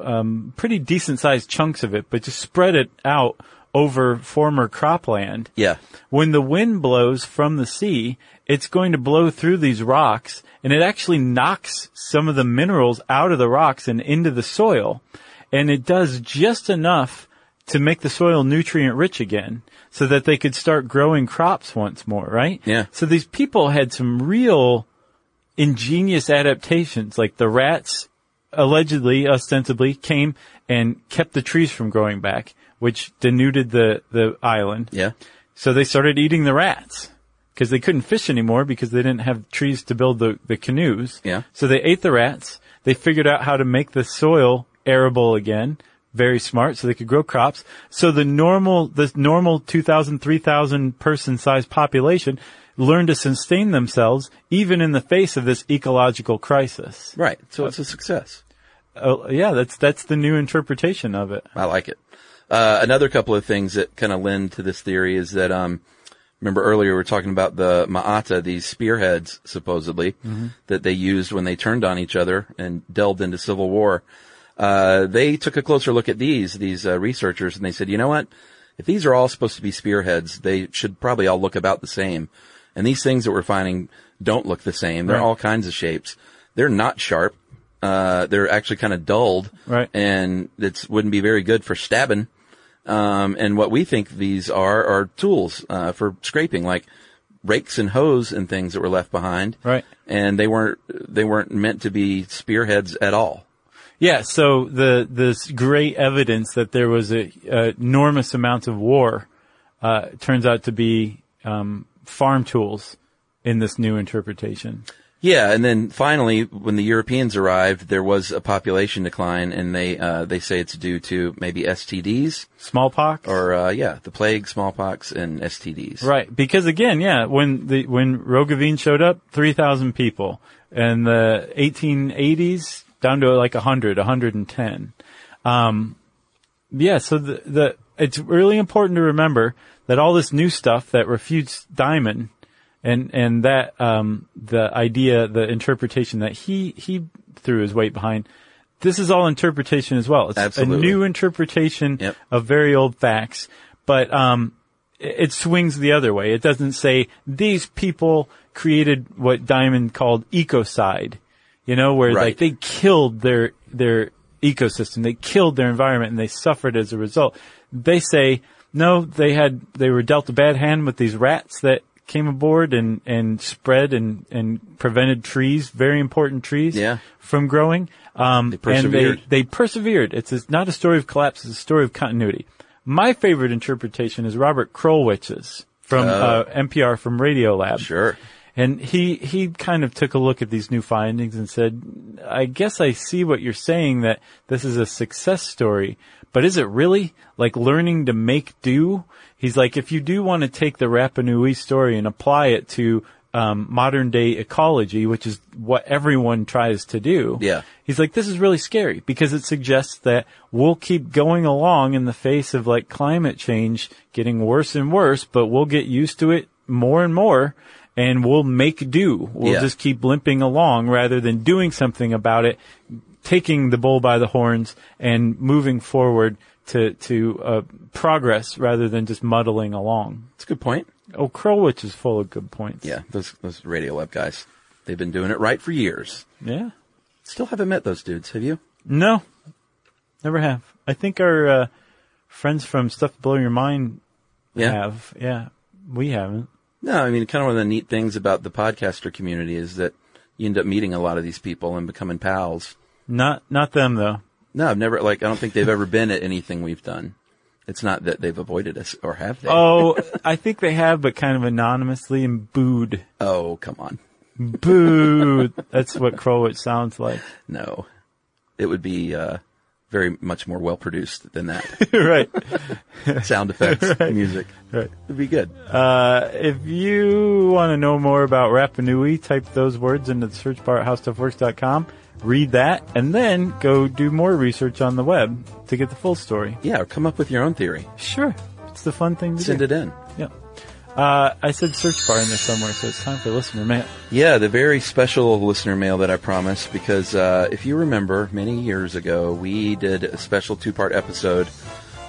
S3: um, pretty decent sized chunks of it, but just spread it out over former cropland,
S4: Yeah.
S3: when the wind blows from the sea, it's going to blow through these rocks and it actually knocks some of the minerals out of the rocks and into the soil. And it does just enough to make the soil nutrient rich again so that they could start growing crops once more, right?
S4: Yeah.
S3: So these people had some real ingenious adaptations, like the rats allegedly, ostensibly, came and kept the trees from growing back, which denuded the, the island.
S4: Yeah.
S3: So they started eating the rats because they couldn't fish anymore because they didn't have trees to build the, the canoes.
S4: Yeah.
S3: So they ate the rats. They figured out how to make the soil arable again. Very smart. So they could grow crops. So the normal, the normal 2,000, 3,000 person sized population learned to sustain themselves even in the face of this ecological crisis.
S4: Right. So it's a success.
S3: Oh, yeah. That's, that's the new interpretation of it.
S4: I like it. Uh, another couple of things that kind of lend to this theory is that, um, remember earlier we were talking about the Ma'ata, these spearheads supposedly that they used when they turned on each other and delved into civil war. Uh, they took a closer look at these, these uh, researchers and they said, you know what? If these are all supposed to be spearheads, they should probably all look about the same. And these things that we're finding don't look the same. They're
S3: Right.
S4: all kinds of shapes. They're not sharp. Uh, they're actually kind of dulled
S3: Right.
S4: and it wouldn't be very good for stabbing. Um, and what we think these are are tools uh, for scraping, like rakes and hoes and things that were left behind.
S3: Right.
S4: And they weren't they weren't meant to be spearheads at all.
S3: Yeah, so the this great evidence that there was a, uh enormous amounts of war uh, turns out to be um, farm tools in this new interpretation.
S4: Yeah, and then finally, when the Europeans arrived, there was a population decline, and they uh, they say it's due to maybe STDs
S3: Smallpox,
S4: or uh, yeah, the plague, smallpox, and STDs.
S3: right? Because again, yeah, when the when Rogovin showed up, three thousand people, and the 1880s down to like 100, 110. Um, Yeah, so the, the it's really important to remember that all this new stuff that refutes Diamond and and that um, the idea, the interpretation that he he threw his weight behind, this is all interpretation as well. It's
S4: Absolutely.
S3: a new interpretation
S4: Yep.
S3: of very old facts, but um, it, it swings the other way. It doesn't say these people created what Diamond called ecocide, you know, where
S4: Right.
S3: like they killed their their ecosystem. They killed their environment and they suffered as a result. They say no, they had they were dealt a bad hand with these rats that came aboard and and spread and and prevented trees, very important trees,
S4: Yeah.
S3: from growing. Um,
S4: persevered.
S3: And they, they persevered. It's a, not a story of collapse. It's a story of continuity. My favorite interpretation is Robert Krolwich's from uh, NPR from Radiolab.
S4: Sure.
S3: And he, he kind of took a look at these new findings and said, I guess I see what you're saying that this is a success story, but is it really like learning to make do? He's like, if you do want to take the Rapa Nui story and apply it to um, modern day ecology, which is what everyone tries to do.
S4: Yeah.
S3: He's like, this is really scary because it suggests that we'll keep going along in the face of like climate change getting worse and worse, but we'll get used to it more and more and we'll make do. We'll
S4: Yeah.
S3: just keep limping along rather than doing something about it, taking the bull by the horns and moving forward to, to, uh, progress rather than just muddling along.
S4: That's a good point.
S3: Oh, Krolwich is full of good points.
S4: Yeah, those those Radiolab guys, they've been doing it right for years.
S3: Yeah.
S4: Still haven't met those dudes, have you?
S3: No, never have. I think our uh, friends from Stuff to Blow Your Mind
S4: Yeah.
S3: have. Yeah, we haven't.
S4: No, I mean, kind of one of the neat things about the podcaster community is that you end up meeting a lot of these people and becoming pals.
S3: Not not them though.
S4: No, I've never, like, I don't think they've ever been at anything we've done. It's not that they've avoided us or have they?
S3: Oh, I think they have, but kind of anonymously and booed.
S4: Oh, come on.
S3: Boo. That's what Crowwich sounds like.
S4: No. It would be, uh, very much more well produced than that.
S3: right.
S4: Sound effects, music.
S3: Right.
S4: It'd be good.
S3: Uh, if you want to know more about Rapa Nui, type those words into the search bar at howstuffworks.com, read that, and then go do more research on the web to get the full story.
S4: Yeah, or come up with your own theory.
S3: Sure. It's the fun thing to do.
S4: Send it in.
S3: Yeah. Uh, I said search bar in there somewhere, so it's time for listener mail.
S4: Yeah, the very special listener mail that I promised because uh, if you remember, many years ago we did a special two-part episode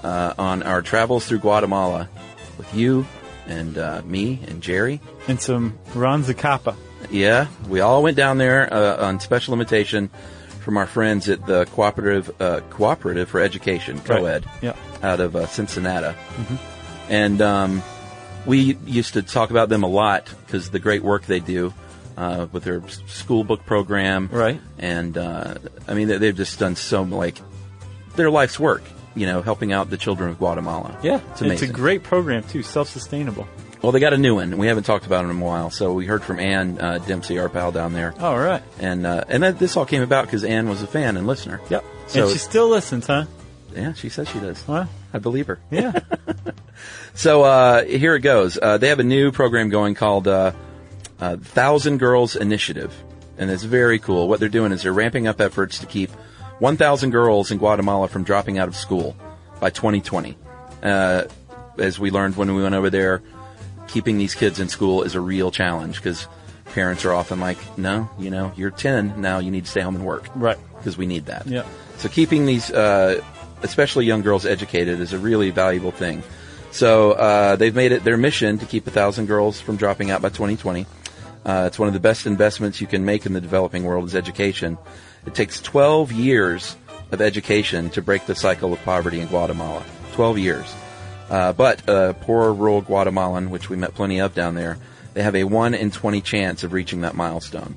S4: uh, on our travels through Guatemala with you and uh, me and Jerry.
S3: And some Ron Zacapa.
S4: Yeah, we all went down there uh, on special invitation from our friends at the Cooperative uh, Cooperative for Education (CoEd)
S3: Yeah.
S4: out of uh, Cincinnati,
S3: Mm-hmm.
S4: and um, we used to talk about them a lot because the great work they do uh, with their s- school book program,
S3: Right.
S4: And uh, I mean, they- they've just done so like their life's work, you know, helping out the children of Guatemala.
S3: Yeah,
S4: it's amazing.
S3: a great program too, self-sustainable.
S4: well, they got a new one. and We haven't talked about it in a while, so we heard from Ann uh, Dempsey, our pal down there.
S3: All right.
S4: And uh, and that, this all came about because Anne was a fan and listener.
S3: Yep.
S4: So
S3: and she still listens, huh?
S4: yeah, she says she does.
S3: Huh?
S4: I believe her.
S3: Yeah.
S4: So uh, here it goes. Uh, they have a new program going called uh, uh, Thousand Girls Initiative, and it's very cool. What they're doing is they're ramping up efforts to keep 1,000 girls in Guatemala from dropping out of school by 2020. Uh, as we learned when we went over there, keeping these kids in school is a real challenge because parents are often like, "No, you know, you're 10 now. You need to stay home and work."
S3: right.
S4: because we need that.
S3: Yeah.
S4: So keeping these, uh, especially young girls, educated is a really valuable thing. So uh, they've made it their mission to keep a thousand girls from dropping out by 2020. Uh, it's one of the best investments you can make in the developing world is education. It takes 12 years of education to break the cycle of poverty in Guatemala. 12 years. Uh, but uh, poor rural Guatemalan, which we met plenty of down there, they have a 1 in 20 chance of reaching that milestone.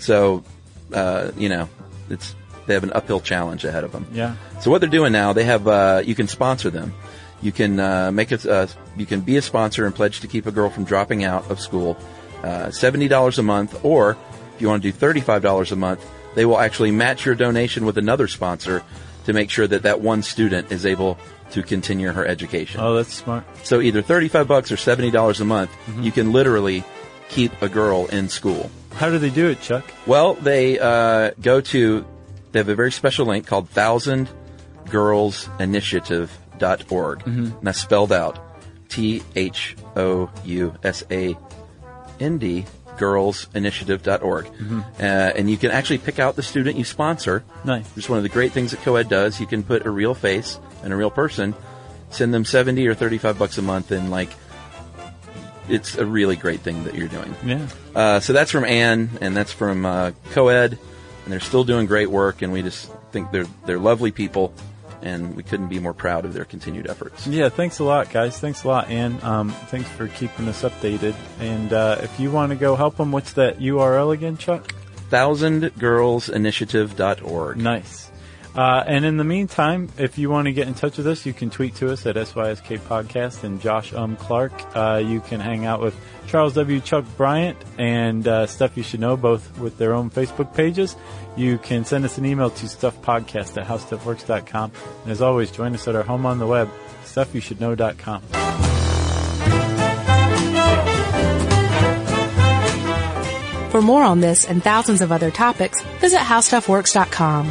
S4: So, uh, you know, it's they have an uphill challenge ahead of them.
S3: Yeah.
S4: So what they're doing now, they have uh, you can sponsor them. You can uh, make a uh, you can be a sponsor and pledge to keep a girl from dropping out of school. Uh, Seventy dollars a month, or if you want to do thirty-five dollars a month, they will actually match your donation with another sponsor to make sure that that one student is able to continue her education.
S3: Oh, that's smart.
S4: So either thirty-five bucks or seventy dollars a month, you can literally keep a girl in school.
S3: How do they do it, Chuck?
S4: Well, they uh, go to, they have a very special link called thousandgirlsinitiative.org. And that's spelled out T H O U S A N D, girlsinitiative.org. Uh, and you can actually pick out the student you sponsor.
S3: Nice.
S4: It's one of the great things that Coed does. You can put a real face and a real person, send them 70 or 35 bucks a month, and like, it's a really great thing that you're doing.
S3: Yeah.
S4: Uh, so that's from Ann, and that's from uh, Coed, and they're still doing great work. And we just think they're they're lovely people, and we couldn't be more proud of their continued efforts.
S3: Yeah, thanks a lot, guys. Thanks a lot, and um, thanks for keeping us updated. And uh, if you want to go help them, what's that URL again, Chuck?
S4: ThousandGirlsInitiative.org.
S3: Nice. Uh, and in the meantime, if you want to get in touch with us, you can tweet to us at SYSK Podcast and Josh Um Clark. Uh, you can hang out with Charles W. Chuck Bryant and uh, Stuff You Should Know, both with their own Facebook pages. You can send us an email to stuffpodcast at howstuffworks.com. And as always, join us at our home on the web, stuffyoushouldknow.com.
S5: For more on this and thousands of other topics, visit howstuffworks.com.